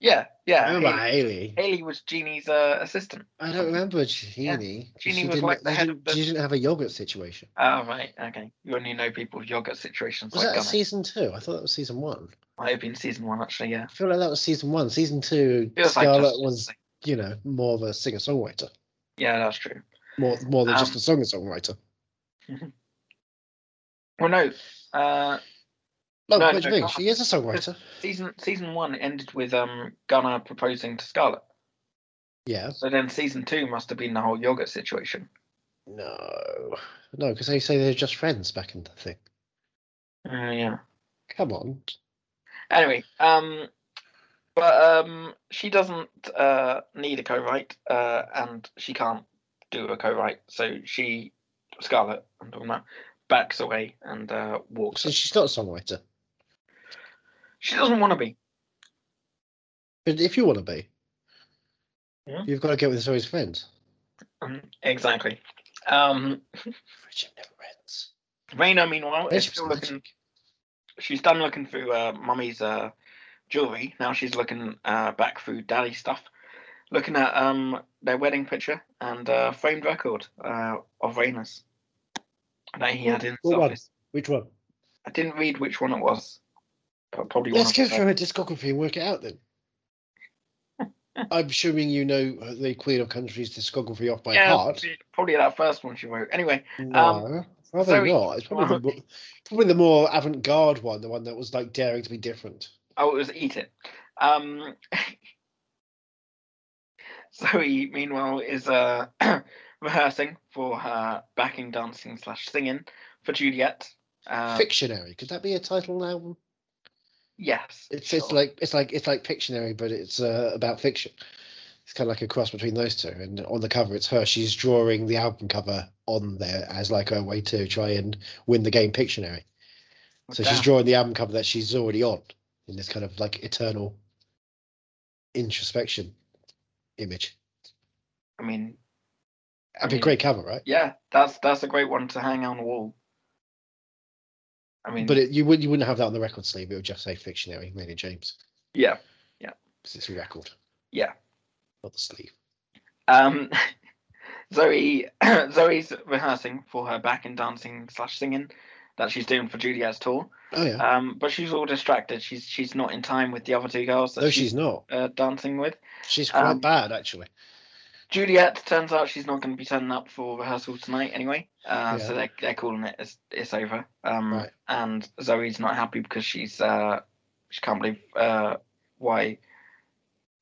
[SPEAKER 1] yeah,
[SPEAKER 2] I
[SPEAKER 1] yeah.
[SPEAKER 2] remember
[SPEAKER 1] Haley,
[SPEAKER 2] Haley.
[SPEAKER 1] Haley was Jeannie's uh, assistant.
[SPEAKER 2] I don't remember Genie.
[SPEAKER 1] Genie was like the
[SPEAKER 2] they
[SPEAKER 1] head
[SPEAKER 2] didn't-
[SPEAKER 1] of the-
[SPEAKER 2] She didn't have a yogurt situation.
[SPEAKER 1] Oh, right. Okay. You only know people's yogurt situations.
[SPEAKER 2] Was
[SPEAKER 1] like
[SPEAKER 2] that
[SPEAKER 1] Gunner.
[SPEAKER 2] season two? I thought that was season one.
[SPEAKER 1] Might have been season one, actually. Yeah,
[SPEAKER 2] I feel like that was season one. Season two,
[SPEAKER 1] Feels like
[SPEAKER 2] Scarlett
[SPEAKER 1] just-
[SPEAKER 2] was, you know, more of a singer songwriter,
[SPEAKER 1] yeah, that's true.
[SPEAKER 2] more more than just
[SPEAKER 1] Um,
[SPEAKER 2] a singer songwriter.
[SPEAKER 1] Well, no, uh,
[SPEAKER 2] No,
[SPEAKER 1] no,
[SPEAKER 2] what
[SPEAKER 1] no,
[SPEAKER 2] do you mean?
[SPEAKER 1] not-
[SPEAKER 2] She is a songwriter.
[SPEAKER 1] season season one ended with um Gunnar proposing to Scarlett. <laughs>
[SPEAKER 2] Yeah.
[SPEAKER 1] So then season two must have been the whole yogurt situation.
[SPEAKER 2] No, no, because they say they're just friends back in the thing.
[SPEAKER 1] Uh, yeah.
[SPEAKER 2] Come on.
[SPEAKER 1] Anyway, um, but um, she doesn't uh need a co-write, uh, and she can't do a co-write, so she Scarlett, I'm talking about, backs away and uh walks.
[SPEAKER 2] So she's not a songwriter.
[SPEAKER 1] She doesn't want to be.
[SPEAKER 2] But if you want to be,
[SPEAKER 1] Yeah.
[SPEAKER 2] you've got to get with Zoe's friends.
[SPEAKER 1] Um, Exactly. Um,
[SPEAKER 2] Friendship never ends.
[SPEAKER 1] Raina, meanwhile, is
[SPEAKER 2] Friendship's
[SPEAKER 1] still
[SPEAKER 2] magic.
[SPEAKER 1] looking she's done looking through uh, mummy's uh, jewelry. Now she's looking uh, back through daddy's stuff, looking at um, their wedding picture and uh, framed record uh, of Raina's that he had in his
[SPEAKER 2] What one?
[SPEAKER 1] office.
[SPEAKER 2] Which one?
[SPEAKER 1] I didn't read which one it was. but Probably
[SPEAKER 2] Let's
[SPEAKER 1] one
[SPEAKER 2] go
[SPEAKER 1] of the-
[SPEAKER 2] through her discography and work it out then. <laughs> I'm assuming you know uh, the Queen of Country's discography off by
[SPEAKER 1] yeah, Um,
[SPEAKER 2] heart.
[SPEAKER 1] probably- probably that first one she wrote. Anyway,
[SPEAKER 2] No, probably
[SPEAKER 1] Zoe-
[SPEAKER 2] not. It's probably the, mo- probably the more avant-garde one, the one that was like daring to be different.
[SPEAKER 1] oh, it was Eat It. Um, <laughs> Zoe, meanwhile, is uh, <clears throat> rehearsing for her backing dancing slash singing for Juliet. Uh,
[SPEAKER 2] Fictionary. Could that be a title now?
[SPEAKER 1] Yes.
[SPEAKER 2] It's it's
[SPEAKER 1] sure.
[SPEAKER 2] like it's like it's like Pictionary, but it's uh, about fiction. It's kind of like a cross between those two. And on the cover, it's her. She's drawing the album cover on there as like her way to try and win the game Pictionary. So she's
[SPEAKER 1] Damn.
[SPEAKER 2] drawing the album cover that she's already on in this kind of like eternal introspection image.
[SPEAKER 1] I mean, I
[SPEAKER 2] That'd be a
[SPEAKER 1] mean-
[SPEAKER 2] great cover, right?
[SPEAKER 1] yeah, that's that's a great one to hang on the wall. I mean,
[SPEAKER 2] But it, you would you wouldn't have that on the record sleeve. It would just say Fictionary, Mary James,
[SPEAKER 1] yeah.
[SPEAKER 2] because it's a record.
[SPEAKER 1] Yeah.
[SPEAKER 2] Not the sleeve.
[SPEAKER 1] Um, <laughs> Zoe <clears throat> Zoe's rehearsing for her back and dancing slash singing that she's doing for Juliet's tour.
[SPEAKER 2] Oh yeah.
[SPEAKER 1] Um, but she's all distracted. She's she's not in time with the other two girls that
[SPEAKER 2] no,
[SPEAKER 1] she's,
[SPEAKER 2] she's not.
[SPEAKER 1] uh, dancing with.
[SPEAKER 2] She's quite
[SPEAKER 1] um,
[SPEAKER 2] bad actually.
[SPEAKER 1] Juliet turns out she's not going to be turning up for rehearsal tonight anyway, uh, so
[SPEAKER 2] Yeah.
[SPEAKER 1] they're, they're calling it it's, it's over. Um,
[SPEAKER 2] Right.
[SPEAKER 1] And Zoe's not happy because she's uh, she can't believe uh, why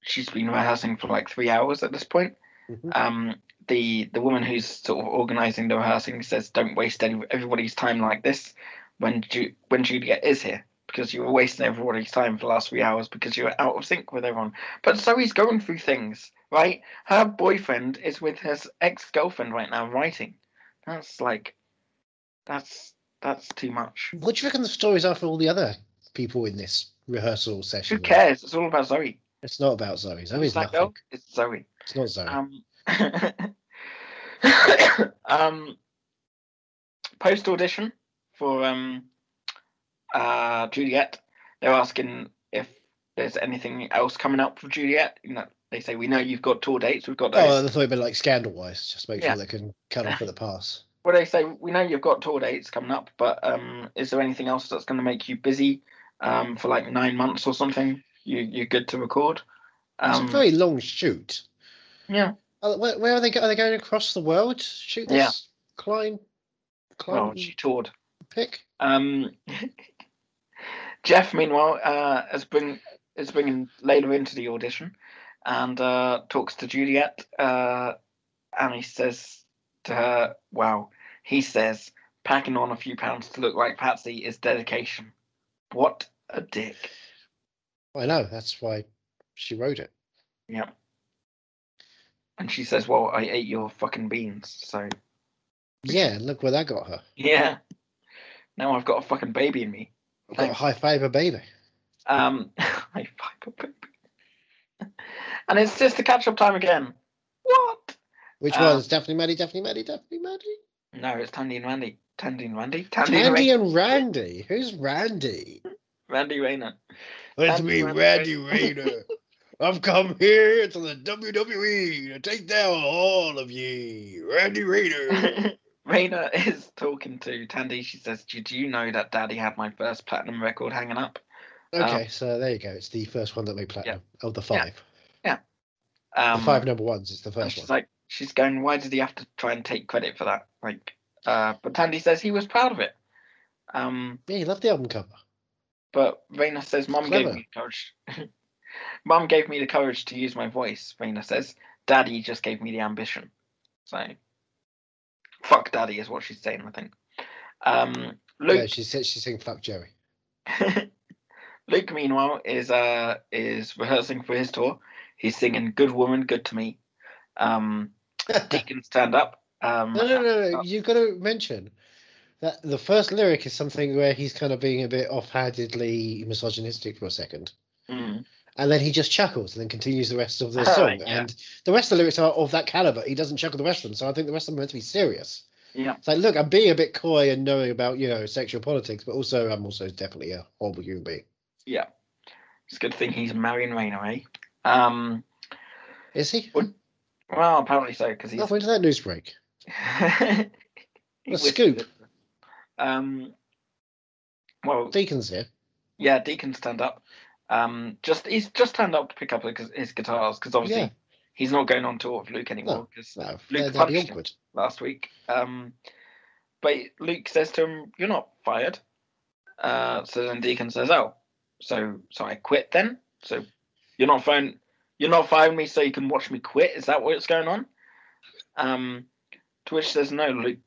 [SPEAKER 1] she's been rehearsing for like three hours at this point.
[SPEAKER 2] Mhm.
[SPEAKER 1] Um, the the woman who's sort of organising the rehearsing says, "Don't waste any, everybody's time like this when Ju- when Juliet is here." Because you were wasting everybody's time for the last three hours because you were out of sync with everyone. But Zoe's going through things, right? Her boyfriend is with his ex girlfriend right now writing. That's like, that's that's too much.
[SPEAKER 2] What do you reckon the stories are for all the other people in this rehearsal session.
[SPEAKER 1] Who cares? It's all about Zoe.
[SPEAKER 2] It's not about Zoe. Zoe's
[SPEAKER 1] It's that
[SPEAKER 2] nothing.
[SPEAKER 1] girl. It's Zoe.
[SPEAKER 2] It's not Zoe.
[SPEAKER 1] Um, <coughs> um, post audition for um, uh, Juliet, they're asking if there's anything else coming up for Juliet. You know, they say we know you've got tour dates. We've got those.
[SPEAKER 2] oh, I thought it'd been like scandal wise. Just make
[SPEAKER 1] Yeah.
[SPEAKER 2] sure they can cut
[SPEAKER 1] <laughs>
[SPEAKER 2] off at the pass.
[SPEAKER 1] Well, they say we know you've got tour dates coming up, but um, is there anything else that's going to make you busy um, for like nine months or something? You you're good to record.
[SPEAKER 2] It's
[SPEAKER 1] Um,
[SPEAKER 2] a very long shoot.
[SPEAKER 1] yeah.
[SPEAKER 2] Uh, Where, where are they? go- Are they going across the world? to Shoot this
[SPEAKER 1] Yeah. Oh,
[SPEAKER 2] Klein, Klein
[SPEAKER 1] Well, she toured.
[SPEAKER 2] pick.
[SPEAKER 1] Um, Jeff, meanwhile, uh, has bring is bringing Layla into the audition, and uh, talks to Juliet, uh, and he says to her, "Wow," he says, "Packing on a few pounds to look like Patsy is dedication." What a dick!
[SPEAKER 2] I know. That's why she wrote it.
[SPEAKER 1] Yeah. And she says, "Well, I ate your fucking beans, so
[SPEAKER 2] Yeah. and Look where that got her.
[SPEAKER 1] yeah." Now I've got a fucking baby in me.
[SPEAKER 2] Got a high fiber baby.
[SPEAKER 1] Um, <laughs> I fucking poop. And it's just the catch-up time again. What?
[SPEAKER 2] Which
[SPEAKER 1] Uh,
[SPEAKER 2] one's Daphne Maddie? Daphne Maddie? Daphne Maddie?
[SPEAKER 1] No, it's Tandy and Randy. Tandy and Randy. Tandy, and Randy.
[SPEAKER 2] Tandy and Randy. Who's Randy?
[SPEAKER 1] Randy
[SPEAKER 2] <laughs>
[SPEAKER 1] Rayner.
[SPEAKER 2] It's
[SPEAKER 1] That's
[SPEAKER 2] me,
[SPEAKER 1] what-
[SPEAKER 2] Randy Rayner. I've come here to the WWE to take down all of ye. Randy Rayner.
[SPEAKER 1] Rayner is talking to Tandy. She says, "Did you know that Daddy had my first platinum record hanging up?"
[SPEAKER 2] Okay, so there you go. It's the first one that made platinum. Of the
[SPEAKER 1] Um, Yeah.
[SPEAKER 2] five.
[SPEAKER 1] Um,
[SPEAKER 2] the five number ones is the
[SPEAKER 1] and
[SPEAKER 2] first
[SPEAKER 1] she's
[SPEAKER 2] one.
[SPEAKER 1] like, she's going, "Why did he have to try and take credit for that?" Like, uh, but Tandy says he was proud of it. Um,
[SPEAKER 2] yeah, you love the album cover.
[SPEAKER 1] But Raina says, "Mum gave
[SPEAKER 2] Clever.
[SPEAKER 1] me the courage. <laughs> Mum gave me the courage to use my voice." Raina says, "Daddy just gave me the ambition." So, fuck daddy is what she's saying, I think. Um,
[SPEAKER 2] Yeah,
[SPEAKER 1] Luke,
[SPEAKER 2] she said she's saying fuck Jerry.
[SPEAKER 1] Luke, meanwhile, is uh is rehearsing for his tour. He's singing "Good Woman, Good to Me."
[SPEAKER 2] <laughs>
[SPEAKER 1] Um, Deacon stand up. Um,
[SPEAKER 2] No, no, no, no. You've got to mention that the first lyric is something where he's kind of being a bit offhandedly misogynistic for a second.
[SPEAKER 1] mm,
[SPEAKER 2] And then he just chuckles and then continues the
[SPEAKER 1] <laughs>
[SPEAKER 2] rest of the
[SPEAKER 1] Oh,
[SPEAKER 2] song.
[SPEAKER 1] yeah.
[SPEAKER 2] And the rest of the lyrics are of that caliber. He doesn't chuckle the rest of them. So I think the rest of them are meant to be serious.
[SPEAKER 1] yeah,
[SPEAKER 2] It's like, look, I'm being a bit coy and knowing about, you know, sexual politics, but also I'm also definitely a horrible human being.
[SPEAKER 1] yeah. It's a good thing he's marrying Raina, eh? Um,
[SPEAKER 2] Is he?
[SPEAKER 1] What- well, apparently so because he's
[SPEAKER 2] Oh, when did that news break?
[SPEAKER 1] <laughs> He
[SPEAKER 2] The
[SPEAKER 1] whispered
[SPEAKER 2] scoop.
[SPEAKER 1] it. Um, well,
[SPEAKER 2] Deacon's here.
[SPEAKER 1] yeah, Deacon stand up. Um, just he's just stand up to pick up his, his guitars because obviously
[SPEAKER 2] Yeah.
[SPEAKER 1] he's not going on tour with Luke anymore because
[SPEAKER 2] No,
[SPEAKER 1] Luke
[SPEAKER 2] Oh, that'd be
[SPEAKER 1] punched him.
[SPEAKER 2] awkward.
[SPEAKER 1] last week. Um, but Luke says to him, "You're not fired." Uh, so then Deacon says, "Oh, so so I quit then? So you're not firing, you're not firing me so you can watch me quit? Is that what's going on?" Um, to which says, "No, Luke."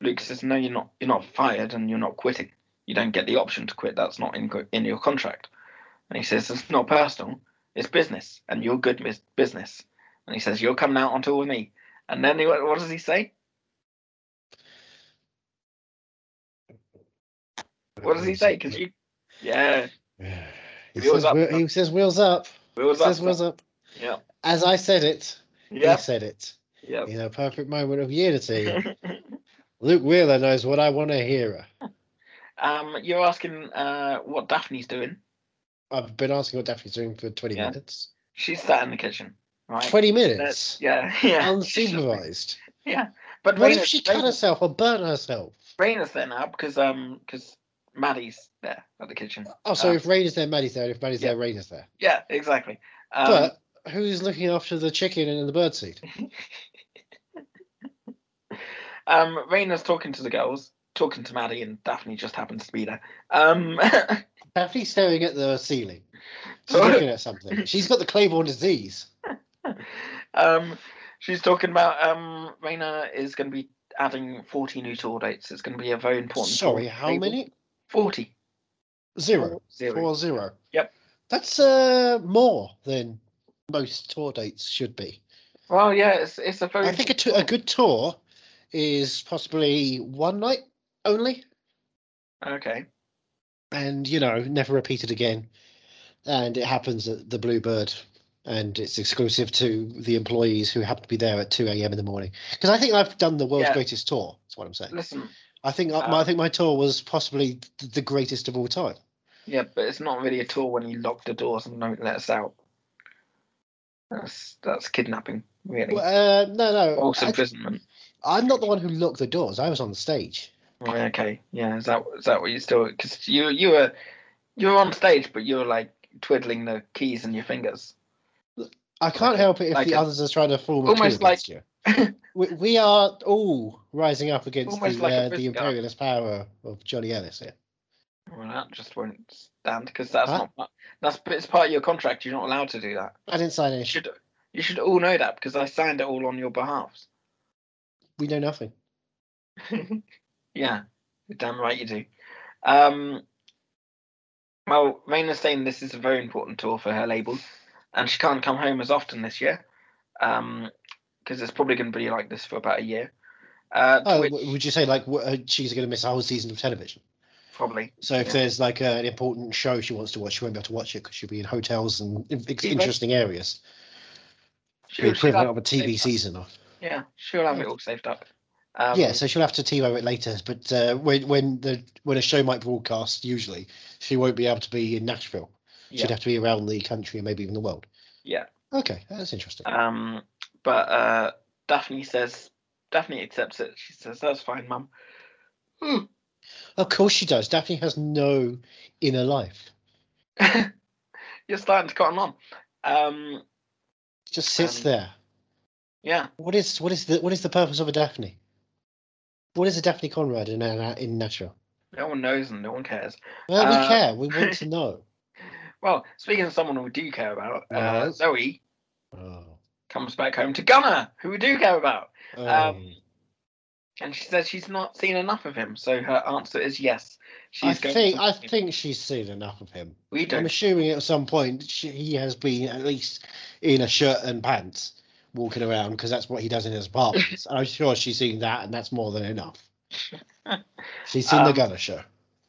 [SPEAKER 1] Luke says, "No, you're not. You're not fired, and you're not quitting. You don't get the option to quit. That's not in co- in your contract." And he says, "It's not personal. It's business, and you're good mis- business." And he says, "You're coming out on tour with me." And then he, what what does he say? What does he say? Because you, yeah,
[SPEAKER 2] <sighs> He
[SPEAKER 1] Wheels
[SPEAKER 2] says,
[SPEAKER 1] up.
[SPEAKER 2] whe- he says wheels up.
[SPEAKER 1] wheels
[SPEAKER 2] says
[SPEAKER 1] up.
[SPEAKER 2] wheels up.
[SPEAKER 1] Yeah,
[SPEAKER 2] As I said it,
[SPEAKER 1] yeah,
[SPEAKER 2] he said it.
[SPEAKER 1] yeah.
[SPEAKER 2] You know, perfect moment of unity.
[SPEAKER 1] <laughs>
[SPEAKER 2] Luke Wheeler knows what I want to hear.
[SPEAKER 1] um, you're asking uh, what Daphne's doing.
[SPEAKER 2] I've been asking what Daphne's doing for 20
[SPEAKER 1] Yeah.
[SPEAKER 2] minutes.
[SPEAKER 1] She's sat in the kitchen, right?
[SPEAKER 2] 20
[SPEAKER 1] That's-
[SPEAKER 2] minutes?
[SPEAKER 1] yeah, <laughs> yeah.
[SPEAKER 2] Unsupervised.
[SPEAKER 1] <laughs> But
[SPEAKER 2] What
[SPEAKER 1] Raina-
[SPEAKER 2] if she cut
[SPEAKER 1] Raina-
[SPEAKER 2] herself or burnt herself?
[SPEAKER 1] Raina's there now because um, because Maddie's there at the kitchen.
[SPEAKER 2] Oh, so
[SPEAKER 1] Uh,
[SPEAKER 2] if Rain is there, Maddie's there. and If Maddie's
[SPEAKER 1] yeah.
[SPEAKER 2] there, Rain is there.
[SPEAKER 1] Yeah, exactly. Um,
[SPEAKER 2] but who's looking after the chicken and
[SPEAKER 1] <laughs>
[SPEAKER 2] the birdseed?
[SPEAKER 1] um, Raina's talking to the girls, talking to Maddie, and Daphne just happens to be there. Um, <laughs>
[SPEAKER 2] Daphne's staring at the ceiling. She's looking at something. She's got the Claiborne disease.
[SPEAKER 1] um, she's talking about um, Raina is going to be adding 40 new tour dates. It's going to be a very important. tour
[SPEAKER 2] Sorry, how
[SPEAKER 1] table.
[SPEAKER 2] many?
[SPEAKER 1] 40.
[SPEAKER 2] Zero.
[SPEAKER 1] Zero.
[SPEAKER 2] Four zero.
[SPEAKER 1] Yep.
[SPEAKER 2] That's uh more than most tour dates should be.
[SPEAKER 1] Well, yeah, it's, it's a very.
[SPEAKER 2] I think a, t- a good tour is possibly one night only,
[SPEAKER 1] Okay.
[SPEAKER 2] and you know, never repeated again. and it happens at the Bluebird, and it's exclusive to the employees who happen to be there at two a.m. in the morning. Because I think I've done the world's
[SPEAKER 1] Yeah.
[SPEAKER 2] greatest tour. That's what I'm saying.
[SPEAKER 1] Listen,
[SPEAKER 2] I think I-
[SPEAKER 1] Uh,
[SPEAKER 2] my, I think my tour was possibly th- the greatest of all time.
[SPEAKER 1] yeah, but it's not really a tour when you lock the doors and don't let us out. That's that's kidnapping, really.
[SPEAKER 2] Well, uh, no, no,
[SPEAKER 1] False
[SPEAKER 2] I,
[SPEAKER 1] imprisonment.
[SPEAKER 2] I'm not the one who locked the doors. I was on the stage.
[SPEAKER 1] Right, okay, yeah. Is that is that what you still? Because you you were you were on stage, but you were like twiddling the keys in your fingers.
[SPEAKER 2] I can't
[SPEAKER 1] Like a-
[SPEAKER 2] help it if
[SPEAKER 1] like
[SPEAKER 2] the
[SPEAKER 1] a-
[SPEAKER 2] others are trying to form a coup
[SPEAKER 1] almost like-
[SPEAKER 2] against you. we, we are all rising up against
[SPEAKER 1] Almost
[SPEAKER 2] the,
[SPEAKER 1] like a
[SPEAKER 2] uh, the
[SPEAKER 1] British guy.
[SPEAKER 2] imperialist power of Johnny Ellis here.
[SPEAKER 1] Well, that just won't stand because that's
[SPEAKER 2] Huh?
[SPEAKER 1] not not that's it's part of your contract. You're not allowed to do that.
[SPEAKER 2] I didn't sign any
[SPEAKER 1] You
[SPEAKER 2] shit.
[SPEAKER 1] should you should all know that because I signed it all on your behalf.
[SPEAKER 2] We know nothing.
[SPEAKER 1] yeah, you're damn right you do. Um, well, Mayna's saying this is a very important tour for her label, and she can't come home as often this year because it's probably going to be like this for about a year. Uh, to
[SPEAKER 2] Oh,
[SPEAKER 1] which-
[SPEAKER 2] w- would you say like w- uh, she's going to miss a whole season of television?
[SPEAKER 1] probably.
[SPEAKER 2] So if
[SPEAKER 1] Yeah.
[SPEAKER 2] there's like uh, an important show she wants to watch, she won't be able to watch it because she'll be in hotels and in- ex-
[SPEAKER 1] Even-
[SPEAKER 2] interesting areas.
[SPEAKER 1] She,
[SPEAKER 2] The
[SPEAKER 1] she'll
[SPEAKER 2] equivalent
[SPEAKER 1] have,
[SPEAKER 2] of a TV
[SPEAKER 1] they've-
[SPEAKER 2] season. Or,
[SPEAKER 1] yeah, she'll have it all saved up. Um,
[SPEAKER 2] yeah, so she'll have to TiVo it later. But uh, when when the when a show might broadcast, usually she won't be able to be in Nashville. She'd
[SPEAKER 1] Yeah.
[SPEAKER 2] have to be around the country and maybe even the world.
[SPEAKER 1] Yeah.
[SPEAKER 2] Okay, that's interesting.
[SPEAKER 1] Um, but uh, Daphne says Daphne accepts it. She says that's fine, Mum.
[SPEAKER 2] Of course she does. Daphne has no inner life.
[SPEAKER 1] You're starting to cotton on. Um,
[SPEAKER 2] She just sits
[SPEAKER 1] Um,
[SPEAKER 2] there.
[SPEAKER 1] yeah,
[SPEAKER 2] What is what is the what is the purpose of a Daphne? What is a Daphne Conrad in in, in Nashville?
[SPEAKER 1] no one knows and no one cares.
[SPEAKER 2] Well, we
[SPEAKER 1] Uh,
[SPEAKER 2] care.
[SPEAKER 1] <laughs>
[SPEAKER 2] We want to know.
[SPEAKER 1] Well, speaking of someone we do care about, uh,
[SPEAKER 2] Yes.
[SPEAKER 1] Zoe
[SPEAKER 2] Oh.
[SPEAKER 1] comes back home to Gunnar, who we do care about,
[SPEAKER 2] Um,
[SPEAKER 1] and she says she's not seen enough of him. So her answer is yes. She's
[SPEAKER 2] I
[SPEAKER 1] going.
[SPEAKER 2] think
[SPEAKER 1] to-
[SPEAKER 2] I think she's seen enough of him.
[SPEAKER 1] we
[SPEAKER 2] I'm
[SPEAKER 1] don't.
[SPEAKER 2] assuming at some point she, he has been at least in a shirt and pants walking around because that's what he does in his apartments. I'm sure she's seen that, and that's more
[SPEAKER 1] <laughs>
[SPEAKER 2] than enough. She's seen the
[SPEAKER 1] Um,
[SPEAKER 2] Gunner show.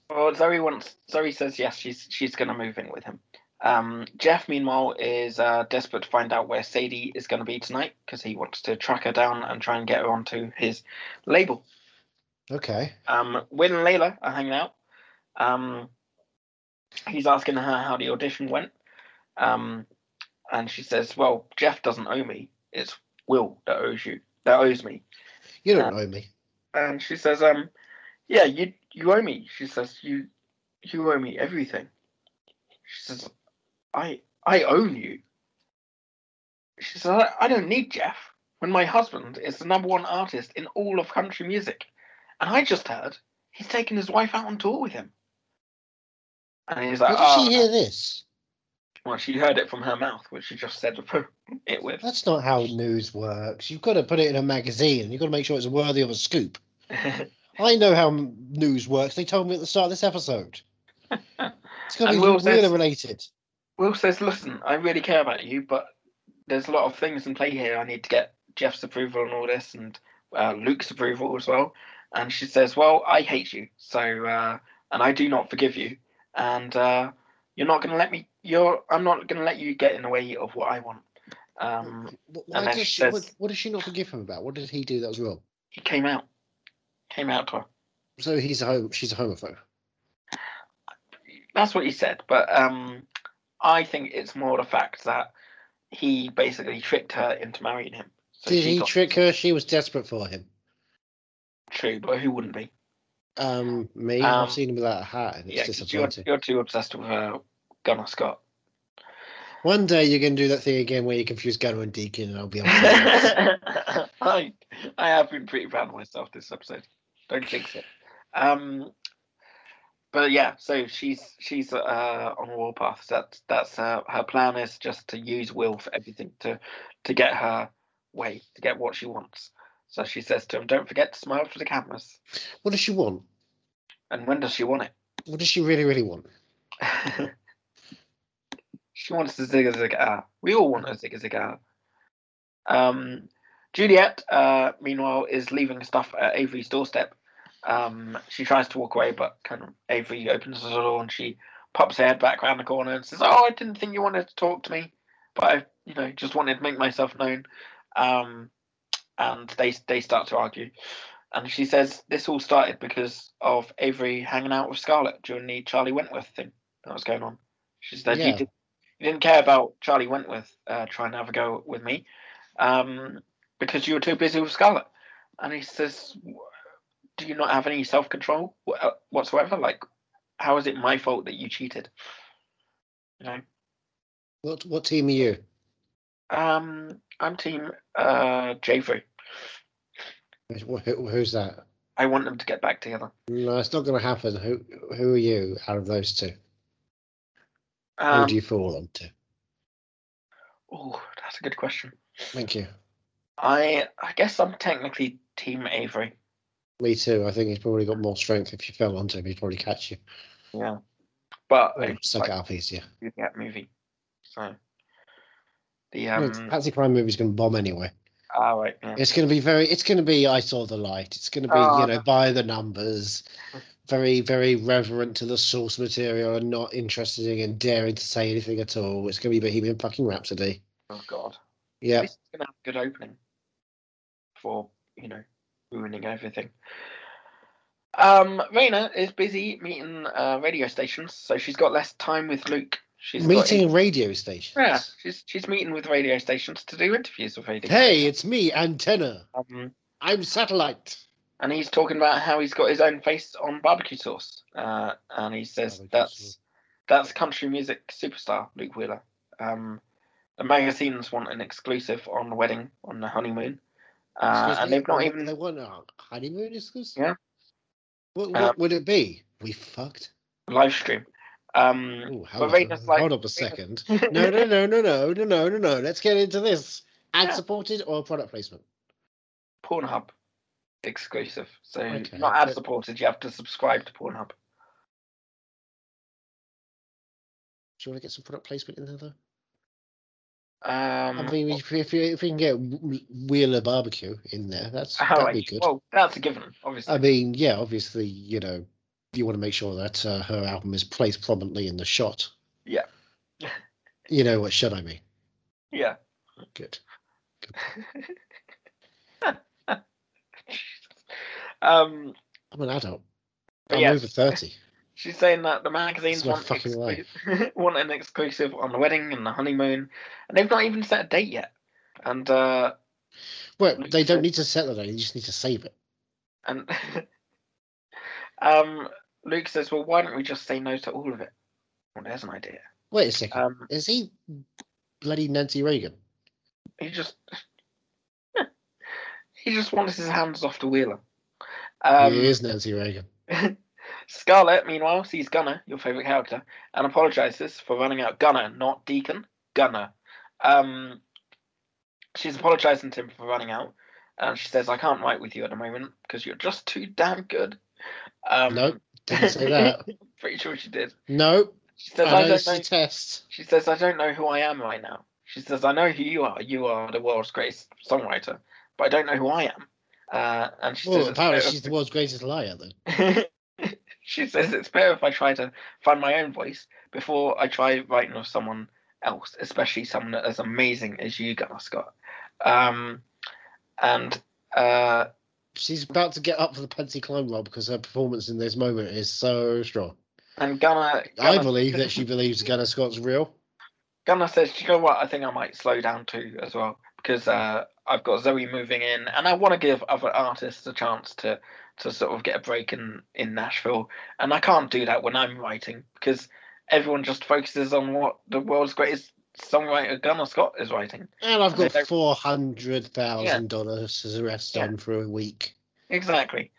[SPEAKER 1] Well, Zoe wants. Zoe says yes. She's she's going to move in with him. Um, Jeff, meanwhile, is uh, desperate to find out where Sadie is going to be tonight because he wants to track her down and try and get her onto his label.
[SPEAKER 2] Okay.
[SPEAKER 1] Um, Will and Layla are hanging out. Um, he's asking her how the audition went. Um, and she says, Well, Jeff doesn't owe me. It's Will that owes you, that owes me.
[SPEAKER 2] You don't
[SPEAKER 1] uh,
[SPEAKER 2] know me.
[SPEAKER 1] And she says, um, Yeah, you, you owe me. She says, You, you owe me everything. She says, I, I own you. She says, I, I don't need Jeff when my husband is the number one artist in all of country music. And I just heard he's taking his wife out on tour with him. And he's like,
[SPEAKER 2] Where did
[SPEAKER 1] "Oh."
[SPEAKER 2] she hear this?
[SPEAKER 1] Well, she heard it from her mouth, which she just said <laughs> it with. <laughs>
[SPEAKER 2] That's not how news works. You've got to put it in a magazine. You've got to make sure it's worthy of a scoop. I know how m- news works. They told me at the start of this episode. It's got to
[SPEAKER 1] <laughs>
[SPEAKER 2] be
[SPEAKER 1] And Will
[SPEAKER 2] really
[SPEAKER 1] says-
[SPEAKER 2] related.
[SPEAKER 1] Will says, "Listen, I really care about you, but there's a lot of things in play here. I need to get Jeff's approval and all this, and uh, Luke's approval as well." And she says, "Well, I hate you, so uh, and I do not forgive you, and uh, you're not going to let me. You're I'm not going to let you get in the way of what I want." Um,
[SPEAKER 2] Wh-
[SPEAKER 1] and
[SPEAKER 2] Why
[SPEAKER 1] then
[SPEAKER 2] does
[SPEAKER 1] she
[SPEAKER 2] she, what,
[SPEAKER 1] says-
[SPEAKER 2] what does she not forgive him about? What did he do that was wrong?
[SPEAKER 1] he came out, came out to her.
[SPEAKER 2] So he's a home. She's a homophobe.
[SPEAKER 1] that's what he said, but um, I think it's more the fact that he basically tricked her into marrying him. So
[SPEAKER 2] did
[SPEAKER 1] she
[SPEAKER 2] he
[SPEAKER 1] got-
[SPEAKER 2] trick her? She was desperate for him.
[SPEAKER 1] True, but who wouldn't be?
[SPEAKER 2] Um, me.
[SPEAKER 1] Um,
[SPEAKER 2] I've seen him without a hat, and it's
[SPEAKER 1] Yeah, 'cause you're,
[SPEAKER 2] disappointing.
[SPEAKER 1] you're too obsessed with uh, Gunnar
[SPEAKER 2] <laughs>
[SPEAKER 1] Scott. <laughs>
[SPEAKER 2] One day you're gonna do that thing again where you confuse Gunner and Deacon, and
[SPEAKER 1] <laughs>
[SPEAKER 2] I'll be upset.
[SPEAKER 1] I I have been pretty proud of myself this episode. Don't jinx it. Um, but yeah, so she's she's uh, on a warpath. That's that's uh, her plan is just to use Will for everything to to get her way, to get what she wants. So she says to him, "Don't forget to smile for the cameras."
[SPEAKER 2] what does she want?
[SPEAKER 1] And when does she want
[SPEAKER 2] What does she really, really want?
[SPEAKER 1] it? she wants a zigga zigga. We all want a zigga zigga. Um, Juliet, uh, meanwhile, is leaving stuff at Avery's doorstep. Um, she tries to walk away, but kind of Avery opens the door and she pops her head back round the corner and says, "Oh, I didn't think you wanted to talk to me, but I, you know, just wanted to make myself known." Um, and they they start to argue, and she says this all started because of Avery hanging out with Scarlett during the Charlie Wentworth thing that was going on. She said
[SPEAKER 2] Yeah.
[SPEAKER 1] you, did, you didn't care about Charlie Wentworth uh, trying to have a go with me um, because you were too busy with Scarlett. And he says, "Do you not have any self control whatsoever? Like, how is it my fault that you cheated?" You know.
[SPEAKER 2] What what team are you?
[SPEAKER 1] Um, I'm team uh Javery.
[SPEAKER 2] Wh- Who, who's that?
[SPEAKER 1] I want them to get back together.
[SPEAKER 2] No, it's not going to happen. Who who are you out of those two?
[SPEAKER 1] Um,
[SPEAKER 2] who do you fall onto?
[SPEAKER 1] Oh, that's a good question.
[SPEAKER 2] Thank you.
[SPEAKER 1] I I guess I'm technically team Avery.
[SPEAKER 2] Me too. I think he's probably got more strength. If you fell onto him, he'd probably catch you.
[SPEAKER 1] Yeah. But
[SPEAKER 2] Or
[SPEAKER 1] it's
[SPEAKER 2] suck
[SPEAKER 1] like
[SPEAKER 2] it up easier.
[SPEAKER 1] do that movie. So the
[SPEAKER 2] No,
[SPEAKER 1] um
[SPEAKER 2] Patsy Prime movie's going to bomb anyway.
[SPEAKER 1] all right, yeah.
[SPEAKER 2] It's going to be very. It's going to be. I saw the light. It's going to be
[SPEAKER 1] Oh,
[SPEAKER 2] you know by the numbers,
[SPEAKER 1] Hmm.
[SPEAKER 2] very very reverent to the source material and not interested in and daring to say anything at all. It's going to be Bohemian fucking Rhapsody.
[SPEAKER 1] Oh god.
[SPEAKER 2] Yeah.
[SPEAKER 1] This is gonna have a good opening for, you know, ruining everything. Um Raina is busy meeting uh radio stations, so she's got less time with Luke. She's got
[SPEAKER 2] Meeting radio stations.
[SPEAKER 1] Yeah, she's she's meeting with radio stations to do interviews with radio.
[SPEAKER 2] Hey, it's me, Antenna.
[SPEAKER 1] Um,
[SPEAKER 2] I'm Satellite.
[SPEAKER 1] and he's talking about how he's got his own face on barbecue sauce, uh, and he says
[SPEAKER 2] Barbecue
[SPEAKER 1] that's
[SPEAKER 2] sauce.
[SPEAKER 1] that's country music superstar Luke Wheeler. Um, the magazines want an exclusive on the wedding on the honeymoon, uh,
[SPEAKER 2] Excuse
[SPEAKER 1] and
[SPEAKER 2] me,
[SPEAKER 1] they've not
[SPEAKER 2] they-
[SPEAKER 1] even
[SPEAKER 2] They want a honeymoon exclusive.
[SPEAKER 1] Yeah.
[SPEAKER 2] What,
[SPEAKER 1] Um,
[SPEAKER 2] what would it be? We fucked.
[SPEAKER 1] live stream. Um,
[SPEAKER 2] Oh, hold,
[SPEAKER 1] Raina's
[SPEAKER 2] on.
[SPEAKER 1] like-
[SPEAKER 2] hold up a second. <laughs> No, no, no, no, no, no, no, no, no. Let's get into this. Ad supported or product placement?
[SPEAKER 1] Pornhub exclusive, so
[SPEAKER 2] Okay,
[SPEAKER 1] not ad
[SPEAKER 2] but-
[SPEAKER 1] supported. You have to subscribe to Pornhub.
[SPEAKER 2] Do you want to get some product placement in there though?
[SPEAKER 1] Um,
[SPEAKER 2] I mean, if, if, you- if we can get Wh- Wheeler Barbecue in there, that's
[SPEAKER 1] all
[SPEAKER 2] that'd
[SPEAKER 1] right,
[SPEAKER 2] be good.
[SPEAKER 1] Oh, Well, that's a given, obviously.
[SPEAKER 2] I mean, yeah, obviously, you know, you want to make sure that uh, her album is placed prominently in the shot.
[SPEAKER 1] Yeah.
[SPEAKER 2] you know what shot I mean?
[SPEAKER 1] yeah.
[SPEAKER 2] Good.
[SPEAKER 1] Um,
[SPEAKER 2] I'm an adult.
[SPEAKER 1] But
[SPEAKER 2] I'm
[SPEAKER 1] yeah.
[SPEAKER 2] over thirty.
[SPEAKER 1] she's saying that the magazines
[SPEAKER 2] It's my
[SPEAKER 1] want,
[SPEAKER 2] fucking
[SPEAKER 1] exclu- <laughs> want an exclusive on the wedding and the honeymoon, and they've not even set a date yet. And uh,
[SPEAKER 2] Well,
[SPEAKER 1] Like
[SPEAKER 2] they
[SPEAKER 1] you
[SPEAKER 2] don't
[SPEAKER 1] said.
[SPEAKER 2] need to set the day. You just need to save it.
[SPEAKER 1] and <laughs> um, Luke says, "Well, why don't we just say no to all of it?" Well, there's an idea.
[SPEAKER 2] Wait a second.
[SPEAKER 1] Um,
[SPEAKER 2] Is he bloody Nancy Reagan?
[SPEAKER 1] he just <laughs> he just wants his hands off the wheeler. Um,
[SPEAKER 2] he is Nancy Reagan.
[SPEAKER 1] Scarlett, meanwhile, sees Gunner, your favourite character, and apologises for running out Gunner, not Deacon. Gunner. Um, she's apologising to him for running out, and she says, "I can't write with you at the moment because you're just too damn good." Um,
[SPEAKER 2] No, didn't say that.
[SPEAKER 1] pretty sure she did.
[SPEAKER 2] No,
[SPEAKER 1] She says,
[SPEAKER 2] I
[SPEAKER 1] "I
[SPEAKER 2] know
[SPEAKER 1] don't
[SPEAKER 2] this
[SPEAKER 1] know."
[SPEAKER 2] is a test.
[SPEAKER 1] She says, "I don't know who I am right now." She says, "I know who you are. You are the world's greatest songwriter, but I don't know who I am." Uh, and she
[SPEAKER 2] Well,
[SPEAKER 1] says, "It's
[SPEAKER 2] apparently
[SPEAKER 1] better-
[SPEAKER 2] she's the world's greatest liar. Then
[SPEAKER 1] <laughs> she says it's better if I try to find my own voice before I try writing with someone else, especially someone as amazing as you, Gunnar Scott. Um, and uh,
[SPEAKER 2] she's about to get up for the Patsy Cline role because her performance in this moment is so strong.
[SPEAKER 1] and Gunnar,
[SPEAKER 2] I
[SPEAKER 1] Gunnar,
[SPEAKER 2] believe that she believes Gunnar Scott's real.
[SPEAKER 1] Gunnar says, "Do you know what? I think I might slow down too as well because uh, I've got Zoe moving in, and I want to give other artists a chance to to sort of get a break in in Nashville, and I can't do that when I'm writing because." Everyone just focuses on what the world's greatest songwriter Gunnar Scott is writing.
[SPEAKER 2] And I've got
[SPEAKER 1] They don't-
[SPEAKER 2] four hundred thousand dollars as a rest
[SPEAKER 1] Yeah.
[SPEAKER 2] on for a week.
[SPEAKER 1] Exactly.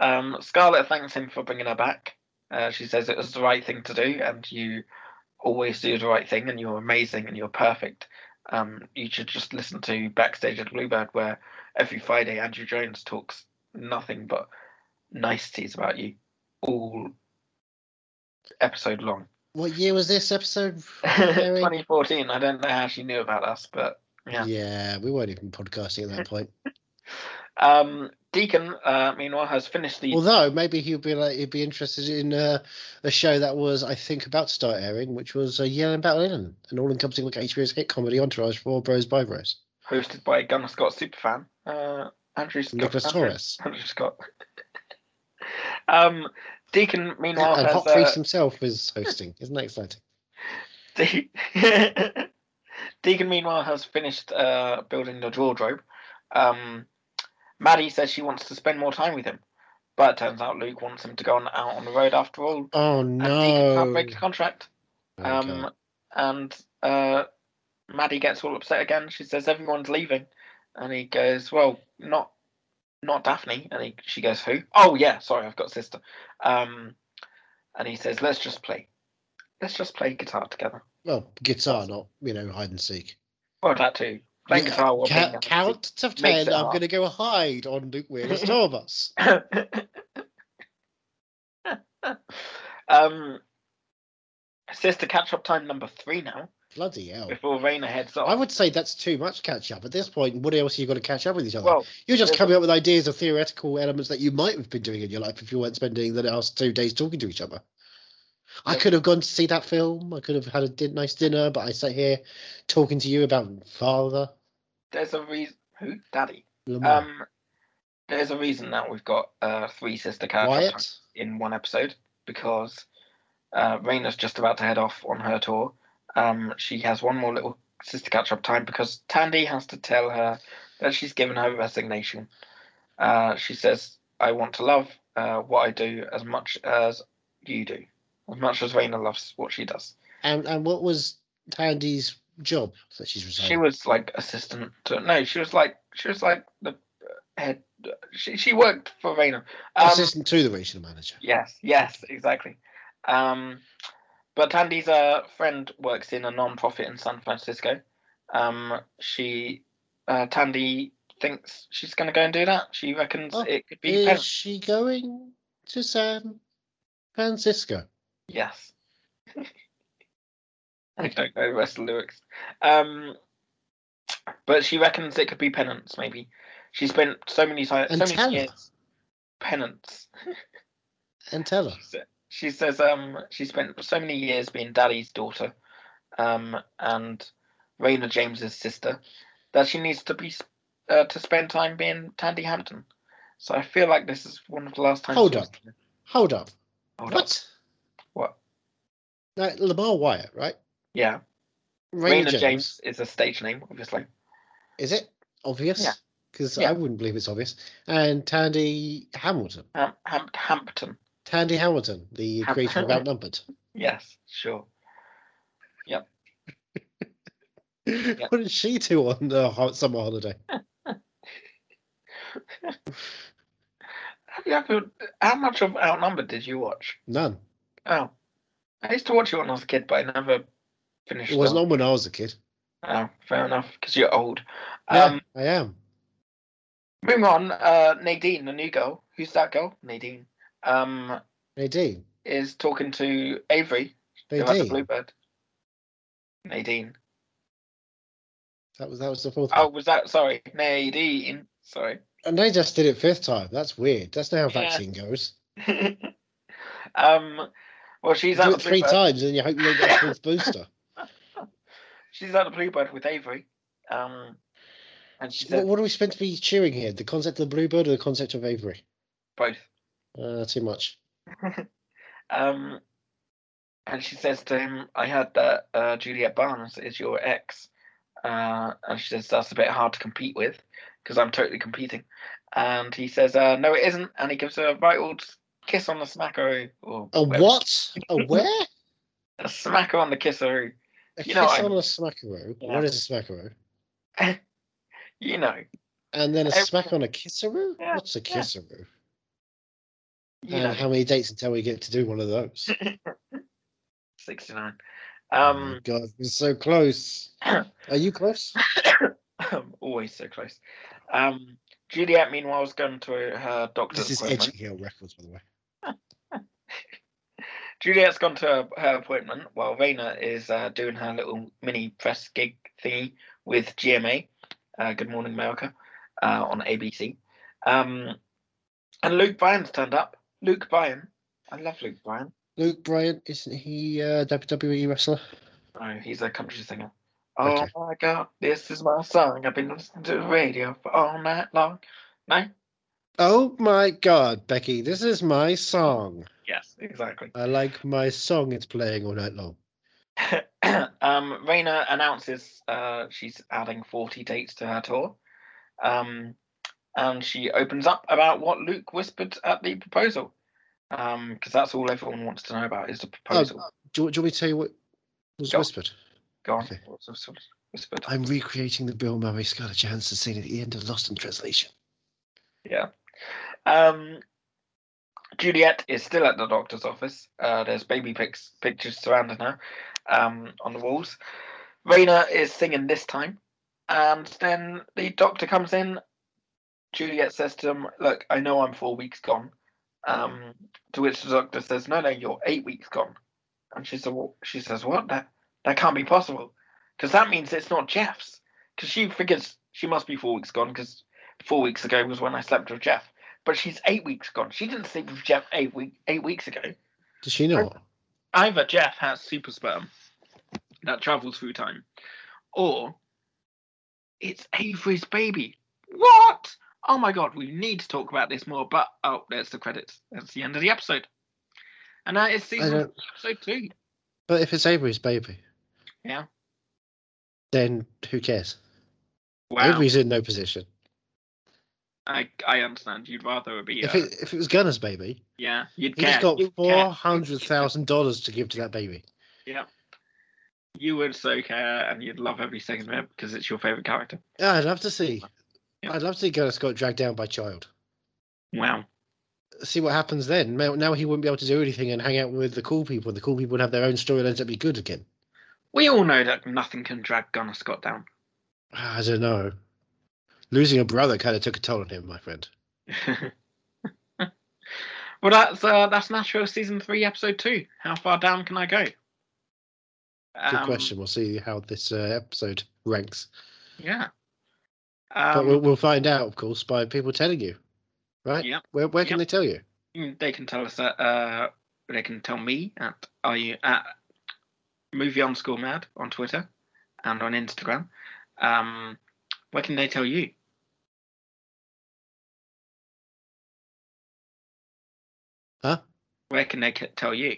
[SPEAKER 1] Um, Scarlett thanks him for bringing her back. Uh, she says it was the right thing to do, and you always do the right thing, and you're amazing, and you're perfect. Um, you should just listen to Backstage at Bluebird, where every Friday Andrew Jones talks nothing but niceties about you all episode long.
[SPEAKER 2] What year was
[SPEAKER 1] <laughs>
[SPEAKER 2] this episode? Mary?
[SPEAKER 1] 2014. I don't know how she knew about us, but yeah.
[SPEAKER 2] yeah, we weren't even podcasting at that point.
[SPEAKER 1] Um, Deacon, uh, meanwhile, has finished the.
[SPEAKER 2] Although maybe he'd be like he'd be interested in uh, a show that was I think about to start airing, which was uh, Yelling Battle Island, an all-encompassing look at HBO's hit comedy entourage for all Bros by Bros.
[SPEAKER 1] hosted by Gunner Scott superfan uh, Andrew Scott. <laughs>
[SPEAKER 2] Nicholas
[SPEAKER 1] Andrew-
[SPEAKER 2] Torres
[SPEAKER 1] Andrew Scott. <laughs> um, Deacon, meanwhile,
[SPEAKER 2] and
[SPEAKER 1] has,
[SPEAKER 2] Hot
[SPEAKER 1] uh,
[SPEAKER 2] Priest himself was hosting. Isn't that exciting?
[SPEAKER 1] <laughs> De- Deacon, meanwhile, has finished uh, building the wardrobe. Um, Maddie says she wants to spend more time with him, but it turns out Luke wants him to go on, out on the road after all.
[SPEAKER 2] Oh
[SPEAKER 1] And Deacon can't
[SPEAKER 2] no! Oh,
[SPEAKER 1] break the contract. Um,
[SPEAKER 2] Okay.
[SPEAKER 1] And uh, Maddie gets all upset again. She says everyone's leaving, and he goes, "Well, not, not Daphne." And he, she goes, "Who? Oh yeah, sorry, I've got a sister." Um, and he says, "Let's just play, let's just play guitar together."
[SPEAKER 2] Well, guitar, not you know hide and seek.
[SPEAKER 1] Well, that too. Playing
[SPEAKER 2] Yeah,
[SPEAKER 1] guitar. while
[SPEAKER 2] Ca-
[SPEAKER 1] being a- <laughs>
[SPEAKER 2] count to
[SPEAKER 1] makes
[SPEAKER 2] ten.
[SPEAKER 1] it
[SPEAKER 2] I'm
[SPEAKER 1] hard.
[SPEAKER 2] going to go hide on Luke
[SPEAKER 1] <laughs>
[SPEAKER 2] Wheeler's tour bus.
[SPEAKER 1] um, sister catch up time number three now
[SPEAKER 2] Bloody hell!
[SPEAKER 1] before Raina heads off.
[SPEAKER 2] I would say that's too much catch up at this point. What else have you got to catch up with each other?
[SPEAKER 1] well,
[SPEAKER 2] You're just
[SPEAKER 1] There's-
[SPEAKER 2] coming up with ideas of theoretical elements that you might have been doing in your life if you weren't spending the last two days talking to each other. I
[SPEAKER 1] Yeah.
[SPEAKER 2] could have gone to see that film. I could have had a din- nice dinner, but I sat here talking to you about father.
[SPEAKER 1] there's a reason. Who? Daddy.
[SPEAKER 2] Lamar.
[SPEAKER 1] Um, there's a reason that we've got uh, three sister catch up times
[SPEAKER 2] Wyatt.
[SPEAKER 1] in one episode because uh, Raina's just about to head off on her tour. Um, she has one more little sister catch up time because Tandy has to tell her that she's given her resignation. Uh, she says, I want to love uh, what I do as much as you do, as much as Raina loves what she does.
[SPEAKER 2] And and what was Tandy's job that she's
[SPEAKER 1] She
[SPEAKER 2] resigning?
[SPEAKER 1] was like assistant to no, she was like she was like the uh, head. She she worked for Raina. Um,
[SPEAKER 2] Assistant to the regional manager.
[SPEAKER 1] Yes, yes, exactly. Um, but Tandy's uh, friend works in a non-profit in San Francisco. Um, she, uh, Tandy thinks she's going to go and do that. She reckons
[SPEAKER 2] Oh,
[SPEAKER 1] it could be.
[SPEAKER 2] Is
[SPEAKER 1] Pen-
[SPEAKER 2] she going to San Francisco?
[SPEAKER 1] yes. <laughs> I don't know the rest of the lyrics. Um, but she reckons it could be penance, maybe. She spent so many times,
[SPEAKER 2] And
[SPEAKER 1] so many
[SPEAKER 2] Tanner.
[SPEAKER 1] years. Penance.
[SPEAKER 2] And tell her.
[SPEAKER 1] She sa- She says um she spent so many years being Daddy's daughter, um and Raina James's sister, that she needs to be s- uh, to spend time being Tandy Hampton. So I feel like this is one of the last times.
[SPEAKER 2] Hold
[SPEAKER 1] she was-
[SPEAKER 2] Hold up.
[SPEAKER 1] Hold up.
[SPEAKER 2] what?
[SPEAKER 1] What?
[SPEAKER 2] No, Lamar Wyatt, right?
[SPEAKER 1] Yeah,
[SPEAKER 2] Raina
[SPEAKER 1] Raina James. is a stage name, obviously.
[SPEAKER 2] Is it obvious?
[SPEAKER 1] Yeah.
[SPEAKER 2] Because
[SPEAKER 1] Yeah.
[SPEAKER 2] I wouldn't believe it's obvious. And Tandy Hamilton.
[SPEAKER 1] Ham- Ham- Hampton.
[SPEAKER 2] Tandy Hamilton, the
[SPEAKER 1] Ham-
[SPEAKER 2] creator of Outnumbered.
[SPEAKER 1] Yes, sure. <laughs>
[SPEAKER 2] what did she do on the ho- summer holiday?
[SPEAKER 1] Have you ever? How much of Outnumbered did you watch?
[SPEAKER 2] None.
[SPEAKER 1] Oh, I used to watch it when I was a kid, but I never finished.
[SPEAKER 2] It wasn't
[SPEAKER 1] on.
[SPEAKER 2] on when I was a kid.
[SPEAKER 1] Oh, fair enough, because you're old.
[SPEAKER 2] Yeah,
[SPEAKER 1] Um,
[SPEAKER 2] I am.
[SPEAKER 1] Moving on, uh, Nadine, the new girl, who's that girl? Nadine, um,
[SPEAKER 2] Nadine.
[SPEAKER 1] is talking to Avery about the
[SPEAKER 2] Nadine.
[SPEAKER 1] Bluebird. Nadine.
[SPEAKER 2] That was that was the fourth
[SPEAKER 1] Oh,
[SPEAKER 2] one.
[SPEAKER 1] was that? Sorry, Nadine. Sorry.
[SPEAKER 2] And they just did it fifth time. That's weird. That's not how
[SPEAKER 1] Yeah.
[SPEAKER 2] vaccine goes.
[SPEAKER 1] um, well,
[SPEAKER 2] You
[SPEAKER 1] she's
[SPEAKER 2] do
[SPEAKER 1] at the
[SPEAKER 2] it three
[SPEAKER 1] Bluebird.
[SPEAKER 2] times and you hope you don't get
[SPEAKER 1] <laughs>
[SPEAKER 2] a fourth booster.
[SPEAKER 1] She's at the Bluebird with Avery, um, and she
[SPEAKER 2] what,
[SPEAKER 1] said
[SPEAKER 2] what are we supposed to be cheering here? The concept of the bluebird or the concept of Avery?
[SPEAKER 1] both.
[SPEAKER 2] Uh, too much.
[SPEAKER 1] Um, and she says to him, I heard that uh, Juliet Barnes is your ex. Uh, and she says, That's a bit hard to compete with because I'm totally competing. And he says, uh, No, it isn't. And he gives her a right old kiss on the smackaroo. Or
[SPEAKER 2] A
[SPEAKER 1] whatever.
[SPEAKER 2] what? A
[SPEAKER 1] <laughs>
[SPEAKER 2] where?
[SPEAKER 1] A smacker on the kisseroo.
[SPEAKER 2] A
[SPEAKER 1] You
[SPEAKER 2] kiss
[SPEAKER 1] know what I
[SPEAKER 2] on
[SPEAKER 1] mean.
[SPEAKER 2] a smackaroo.
[SPEAKER 1] Yeah.
[SPEAKER 2] What is a smackaroo?
[SPEAKER 1] You know,
[SPEAKER 2] And then a
[SPEAKER 1] Every-
[SPEAKER 2] smack on a kisseroo?
[SPEAKER 1] Yeah,
[SPEAKER 2] What's a
[SPEAKER 1] yeah.
[SPEAKER 2] kisseroo?
[SPEAKER 1] you
[SPEAKER 2] and
[SPEAKER 1] know,
[SPEAKER 2] how many dates until we get to do one
[SPEAKER 1] <clears throat>
[SPEAKER 2] of those?
[SPEAKER 1] 69.
[SPEAKER 2] Oh my
[SPEAKER 1] Um, <laughs>
[SPEAKER 2] God, we're
[SPEAKER 1] <clears throat>
[SPEAKER 2] so close. Are you close?
[SPEAKER 1] I'm always so close. Um, Juliet, meanwhile, is going to her doctor's
[SPEAKER 2] This is
[SPEAKER 1] appointment.
[SPEAKER 2] Edging Hill Records, by the way.
[SPEAKER 1] Juliet's gone to her, her appointment while Raina is uh, doing her little mini press gig thingy with GMA, uh, Good Morning America, uh, on ABC. Um, and Luke Bryan's turned up. Luke Bryan. I love Luke Bryan.
[SPEAKER 2] Luke Bryan, isn't he a WWE wrestler?
[SPEAKER 1] Oh, he's a country singer. Oh
[SPEAKER 2] Okay.
[SPEAKER 1] my god, this is my song. I've been listening to the radio for all night long. No?
[SPEAKER 2] Oh my god, Becky, this is my song.
[SPEAKER 1] Yes, exactly.
[SPEAKER 2] I like my song it's playing all night long.
[SPEAKER 1] <clears throat> um, Raina announces uh, she's adding 40 dates to her tour. Um, and she opens up about what Luke whispered at the proposal. Because that's all everyone wants to know about is the proposal.
[SPEAKER 2] Do, you- do you want me to tell you what was
[SPEAKER 1] Go.
[SPEAKER 2] whispered?
[SPEAKER 1] Go on.
[SPEAKER 2] okay.
[SPEAKER 1] What's what's- what's whispered?
[SPEAKER 2] I'm recreating the Bill Murray Scarlett Johansson scene at the end of Lost in Translation.
[SPEAKER 1] Um, Juliet is still at the doctor's office. Uh, there's baby pics, pictures surrounding her um, on the walls. Raina is singing this time. And then the doctor comes in. Juliet says to him, Look, I know I'm four weeks gone. Um, to which the doctor says, No, no, you're eight weeks gone. And she, said, well, she says, What? That, that can't be possible. Because that means it's not Jeff's. Because she figures she must be four weeks gone because four weeks ago was when I slept with Jeff. But she's eight weeks gone. She didn't sleep with Jeff eight week eight weeks ago.
[SPEAKER 2] Does she not?
[SPEAKER 1] Either Jeff has super sperm that travels through time, or it's Avery's baby. What? Oh my god, we need to talk about this more, but oh, there's the credits. That's the end of the episode. And that is
[SPEAKER 2] I
[SPEAKER 1] season
[SPEAKER 2] don't.
[SPEAKER 1] episode two.
[SPEAKER 2] But if it's Avery's baby,
[SPEAKER 1] Yeah.
[SPEAKER 2] then who cares?
[SPEAKER 1] Wow.
[SPEAKER 2] Avery's in no position.
[SPEAKER 1] I, I understand. You'd rather it be
[SPEAKER 2] If
[SPEAKER 1] uh,
[SPEAKER 2] it if it was Gunner's baby,
[SPEAKER 1] yeah, you'd
[SPEAKER 2] he's
[SPEAKER 1] care.
[SPEAKER 2] got
[SPEAKER 1] You'd
[SPEAKER 2] four
[SPEAKER 1] care.
[SPEAKER 2] hundred thousand dollars to give to that baby.
[SPEAKER 1] Yeah. You would so care and you'd love every second of it because it's your favourite character.
[SPEAKER 2] Yeah, I'd love to see.
[SPEAKER 1] Yeah.
[SPEAKER 2] I'd love to see Gunnar Scott dragged down by child.
[SPEAKER 1] Wow.
[SPEAKER 2] See what happens then. Now, now he wouldn't be able to do anything and hang out with the cool people. The cool people would have their own storylines that'd be good again.
[SPEAKER 1] We all know that nothing can drag Gunnar Scott down. <laughs>
[SPEAKER 2] Ah, I don't know. Losing a brother kind of took a toll on him, my friend.
[SPEAKER 1] well, that's uh, that's Nashville season three, episode two. How far down can I go?
[SPEAKER 2] Good
[SPEAKER 1] Um,
[SPEAKER 2] question. We'll see how this uh, episode ranks.
[SPEAKER 1] Yeah.
[SPEAKER 2] but we'll,
[SPEAKER 1] Um,
[SPEAKER 2] we'll find out, of course, by people telling you, right?
[SPEAKER 1] Yep.
[SPEAKER 2] Where, where
[SPEAKER 1] Yep.
[SPEAKER 2] can they tell you?
[SPEAKER 1] mm, they can tell us that. Uh, they can tell me at are you at movie on school mad on Twitter and on Instagram. Um, where can they tell you?
[SPEAKER 2] Huh?
[SPEAKER 1] Where can they c- tell you?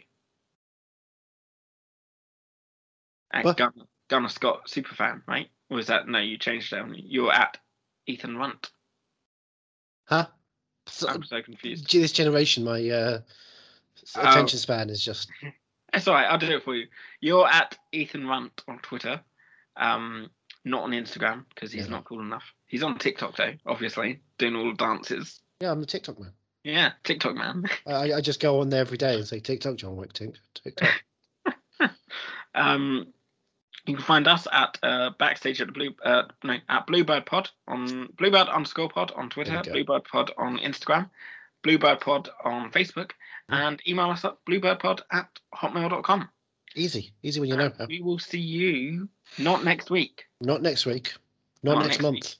[SPEAKER 1] At
[SPEAKER 2] What?
[SPEAKER 1] Gunner, Gunner Scott superfan, right? Or is that no? You changed it. haven't you? You're at Ethan Runt.
[SPEAKER 2] Huh? So-
[SPEAKER 1] I'm so confused.
[SPEAKER 2] gee, this generation, my uh,
[SPEAKER 1] Oh.
[SPEAKER 2] attention span is just.
[SPEAKER 1] It's all right. I'll do it for you. You're at Ethan Runt on Twitter, um, not on Instagram because he's
[SPEAKER 2] Yeah.
[SPEAKER 1] not cool enough. He's on TikTok though, obviously, doing all the dances.
[SPEAKER 2] Yeah, I'm the TikTok man.
[SPEAKER 1] Yeah, TikTok man.
[SPEAKER 2] I, I- I just go on there every day and say TikTok, John Wick, tink, <laughs> TikTok.
[SPEAKER 1] Um, you can find us at uh, backstage at the blue uh, no at Bluebird Pod on Bluebird underscore Pod on Twitter,
[SPEAKER 2] There you go.
[SPEAKER 1] Bluebird Pod on Instagram, Bluebird Pod on Facebook, and email us at bluebirdpod at hotmail.com.
[SPEAKER 2] easy, easy when you know. how.
[SPEAKER 1] We will see you not next week,
[SPEAKER 2] Not next week, not,
[SPEAKER 1] Not
[SPEAKER 2] next,
[SPEAKER 1] next
[SPEAKER 2] month,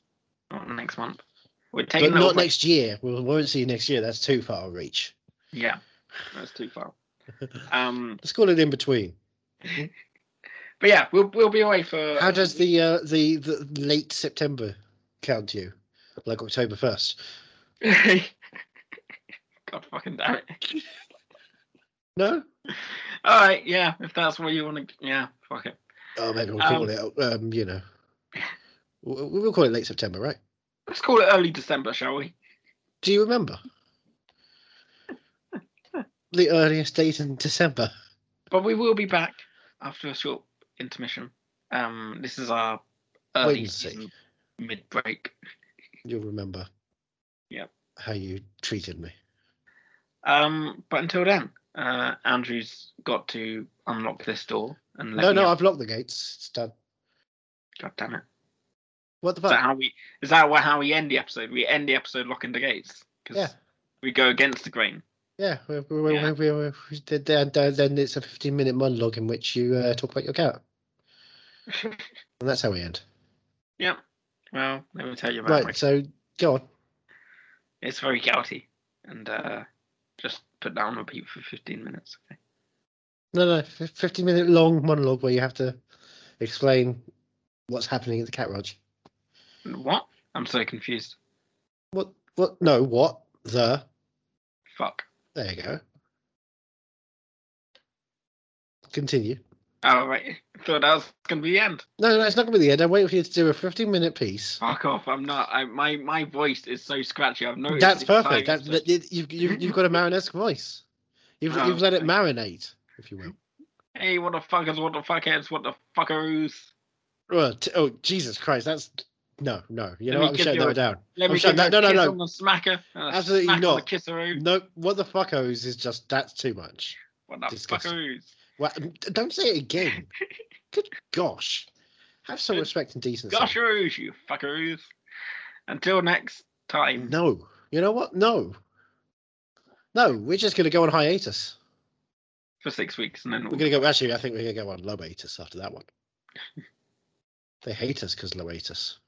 [SPEAKER 1] not next month. We're
[SPEAKER 2] but
[SPEAKER 1] taking a
[SPEAKER 2] not
[SPEAKER 1] little break.
[SPEAKER 2] next year. We won't see you next year. That's too far a reach.
[SPEAKER 1] Yeah, that's too
[SPEAKER 2] <laughs>
[SPEAKER 1] far. Um,
[SPEAKER 2] Let's call it in between.
[SPEAKER 1] but yeah, we'll we'll be away for. <laughs>
[SPEAKER 2] How does the uh, the the late September count to you? Like October first?
[SPEAKER 1] God fucking damn it!
[SPEAKER 2] No.
[SPEAKER 1] All right, yeah, if that's what you want to, yeah, fuck it.
[SPEAKER 2] Oh, maybe we'll
[SPEAKER 1] Um,
[SPEAKER 2] call it. Um, you know, we- we'll call it late September, right?
[SPEAKER 1] Let's call it early December, shall we?
[SPEAKER 2] Do you remember the earliest date in December?
[SPEAKER 1] But we will be back after a short intermission. Um, this is our early
[SPEAKER 2] Wednesday.
[SPEAKER 1] season mid break.
[SPEAKER 2] You'll remember.
[SPEAKER 1] Yep.
[SPEAKER 2] How you treated me.
[SPEAKER 1] Um, but until then, uh, Andrew's got to unlock this door and let
[SPEAKER 2] no,
[SPEAKER 1] me
[SPEAKER 2] no,
[SPEAKER 1] out.
[SPEAKER 2] I've locked the gates. It's done.
[SPEAKER 1] God damn it.
[SPEAKER 2] What the
[SPEAKER 1] Is that
[SPEAKER 2] fuck?
[SPEAKER 1] how we? Is that wha- how we end the episode? We end the episode locking the gates because
[SPEAKER 2] Yeah.
[SPEAKER 1] we go against the
[SPEAKER 2] <laughs>
[SPEAKER 1] grain.
[SPEAKER 2] Yeah, we, we, we,
[SPEAKER 1] Yeah.
[SPEAKER 2] we, we, we did that. Then then it's a 15 minute monologue in which you uh, talk about your cat. And that's how we end.
[SPEAKER 1] Well, let me tell you about
[SPEAKER 2] Right,
[SPEAKER 1] my
[SPEAKER 2] so go on.
[SPEAKER 1] It's very gouty. And uh, just put that on repeat for 15 minutes. Okay.
[SPEAKER 2] No, no, fif- 15 minute long monologue where you have to explain what's happening at the cat lodge.
[SPEAKER 1] What? I'm so confused.
[SPEAKER 2] What? What? No, what? The?
[SPEAKER 1] Fuck.
[SPEAKER 2] There you go. Continue.
[SPEAKER 1] Oh, right. Thought that was going to be the end.
[SPEAKER 2] No, no, it's not going to be the end. I'm waiting for you to do a 15 minute piece.
[SPEAKER 1] Fuck off. I'm not. I, my my voice is so scratchy. I've noticed.
[SPEAKER 2] That's
[SPEAKER 1] it
[SPEAKER 2] perfect. That,
[SPEAKER 1] times.
[SPEAKER 2] that- you've, you've, you've got a Marinesque voice. You've,
[SPEAKER 1] Oh,
[SPEAKER 2] you've let it
[SPEAKER 1] thank
[SPEAKER 2] marinate, if you will.
[SPEAKER 1] hey, what the fuckers, what the fuckheads, what the fuckeroos.
[SPEAKER 2] Well, t- oh, Jesus Christ. That's. No, no.
[SPEAKER 1] Let
[SPEAKER 2] You know
[SPEAKER 1] me
[SPEAKER 2] what? I'm
[SPEAKER 1] give
[SPEAKER 2] shutting
[SPEAKER 1] you
[SPEAKER 2] that
[SPEAKER 1] a-
[SPEAKER 2] one down.
[SPEAKER 1] Let
[SPEAKER 2] I'm
[SPEAKER 1] me
[SPEAKER 2] sorry,
[SPEAKER 1] give you
[SPEAKER 2] no,
[SPEAKER 1] a
[SPEAKER 2] no, no,
[SPEAKER 1] kiss
[SPEAKER 2] no.
[SPEAKER 1] on the smacker. and a
[SPEAKER 2] Absolutely
[SPEAKER 1] smack on
[SPEAKER 2] not.
[SPEAKER 1] The kisseroo.
[SPEAKER 2] No, what the fuckos is just. That's too much.
[SPEAKER 1] What the
[SPEAKER 2] Disgusting.
[SPEAKER 1] fuckeroos.
[SPEAKER 2] Well, d- don't say it
[SPEAKER 1] <laughs>
[SPEAKER 2] again. Good gosh. Have some respect and decency.
[SPEAKER 1] Gosheroos, you fuckeroos. Until next time.
[SPEAKER 2] No. You know what? No. No, we're just going to go on hiatus.
[SPEAKER 1] For six weeks and then
[SPEAKER 2] We're
[SPEAKER 1] we'll
[SPEAKER 2] going to go, actually, I think we're going to go on lobatus after that one. they hate us because lobatus.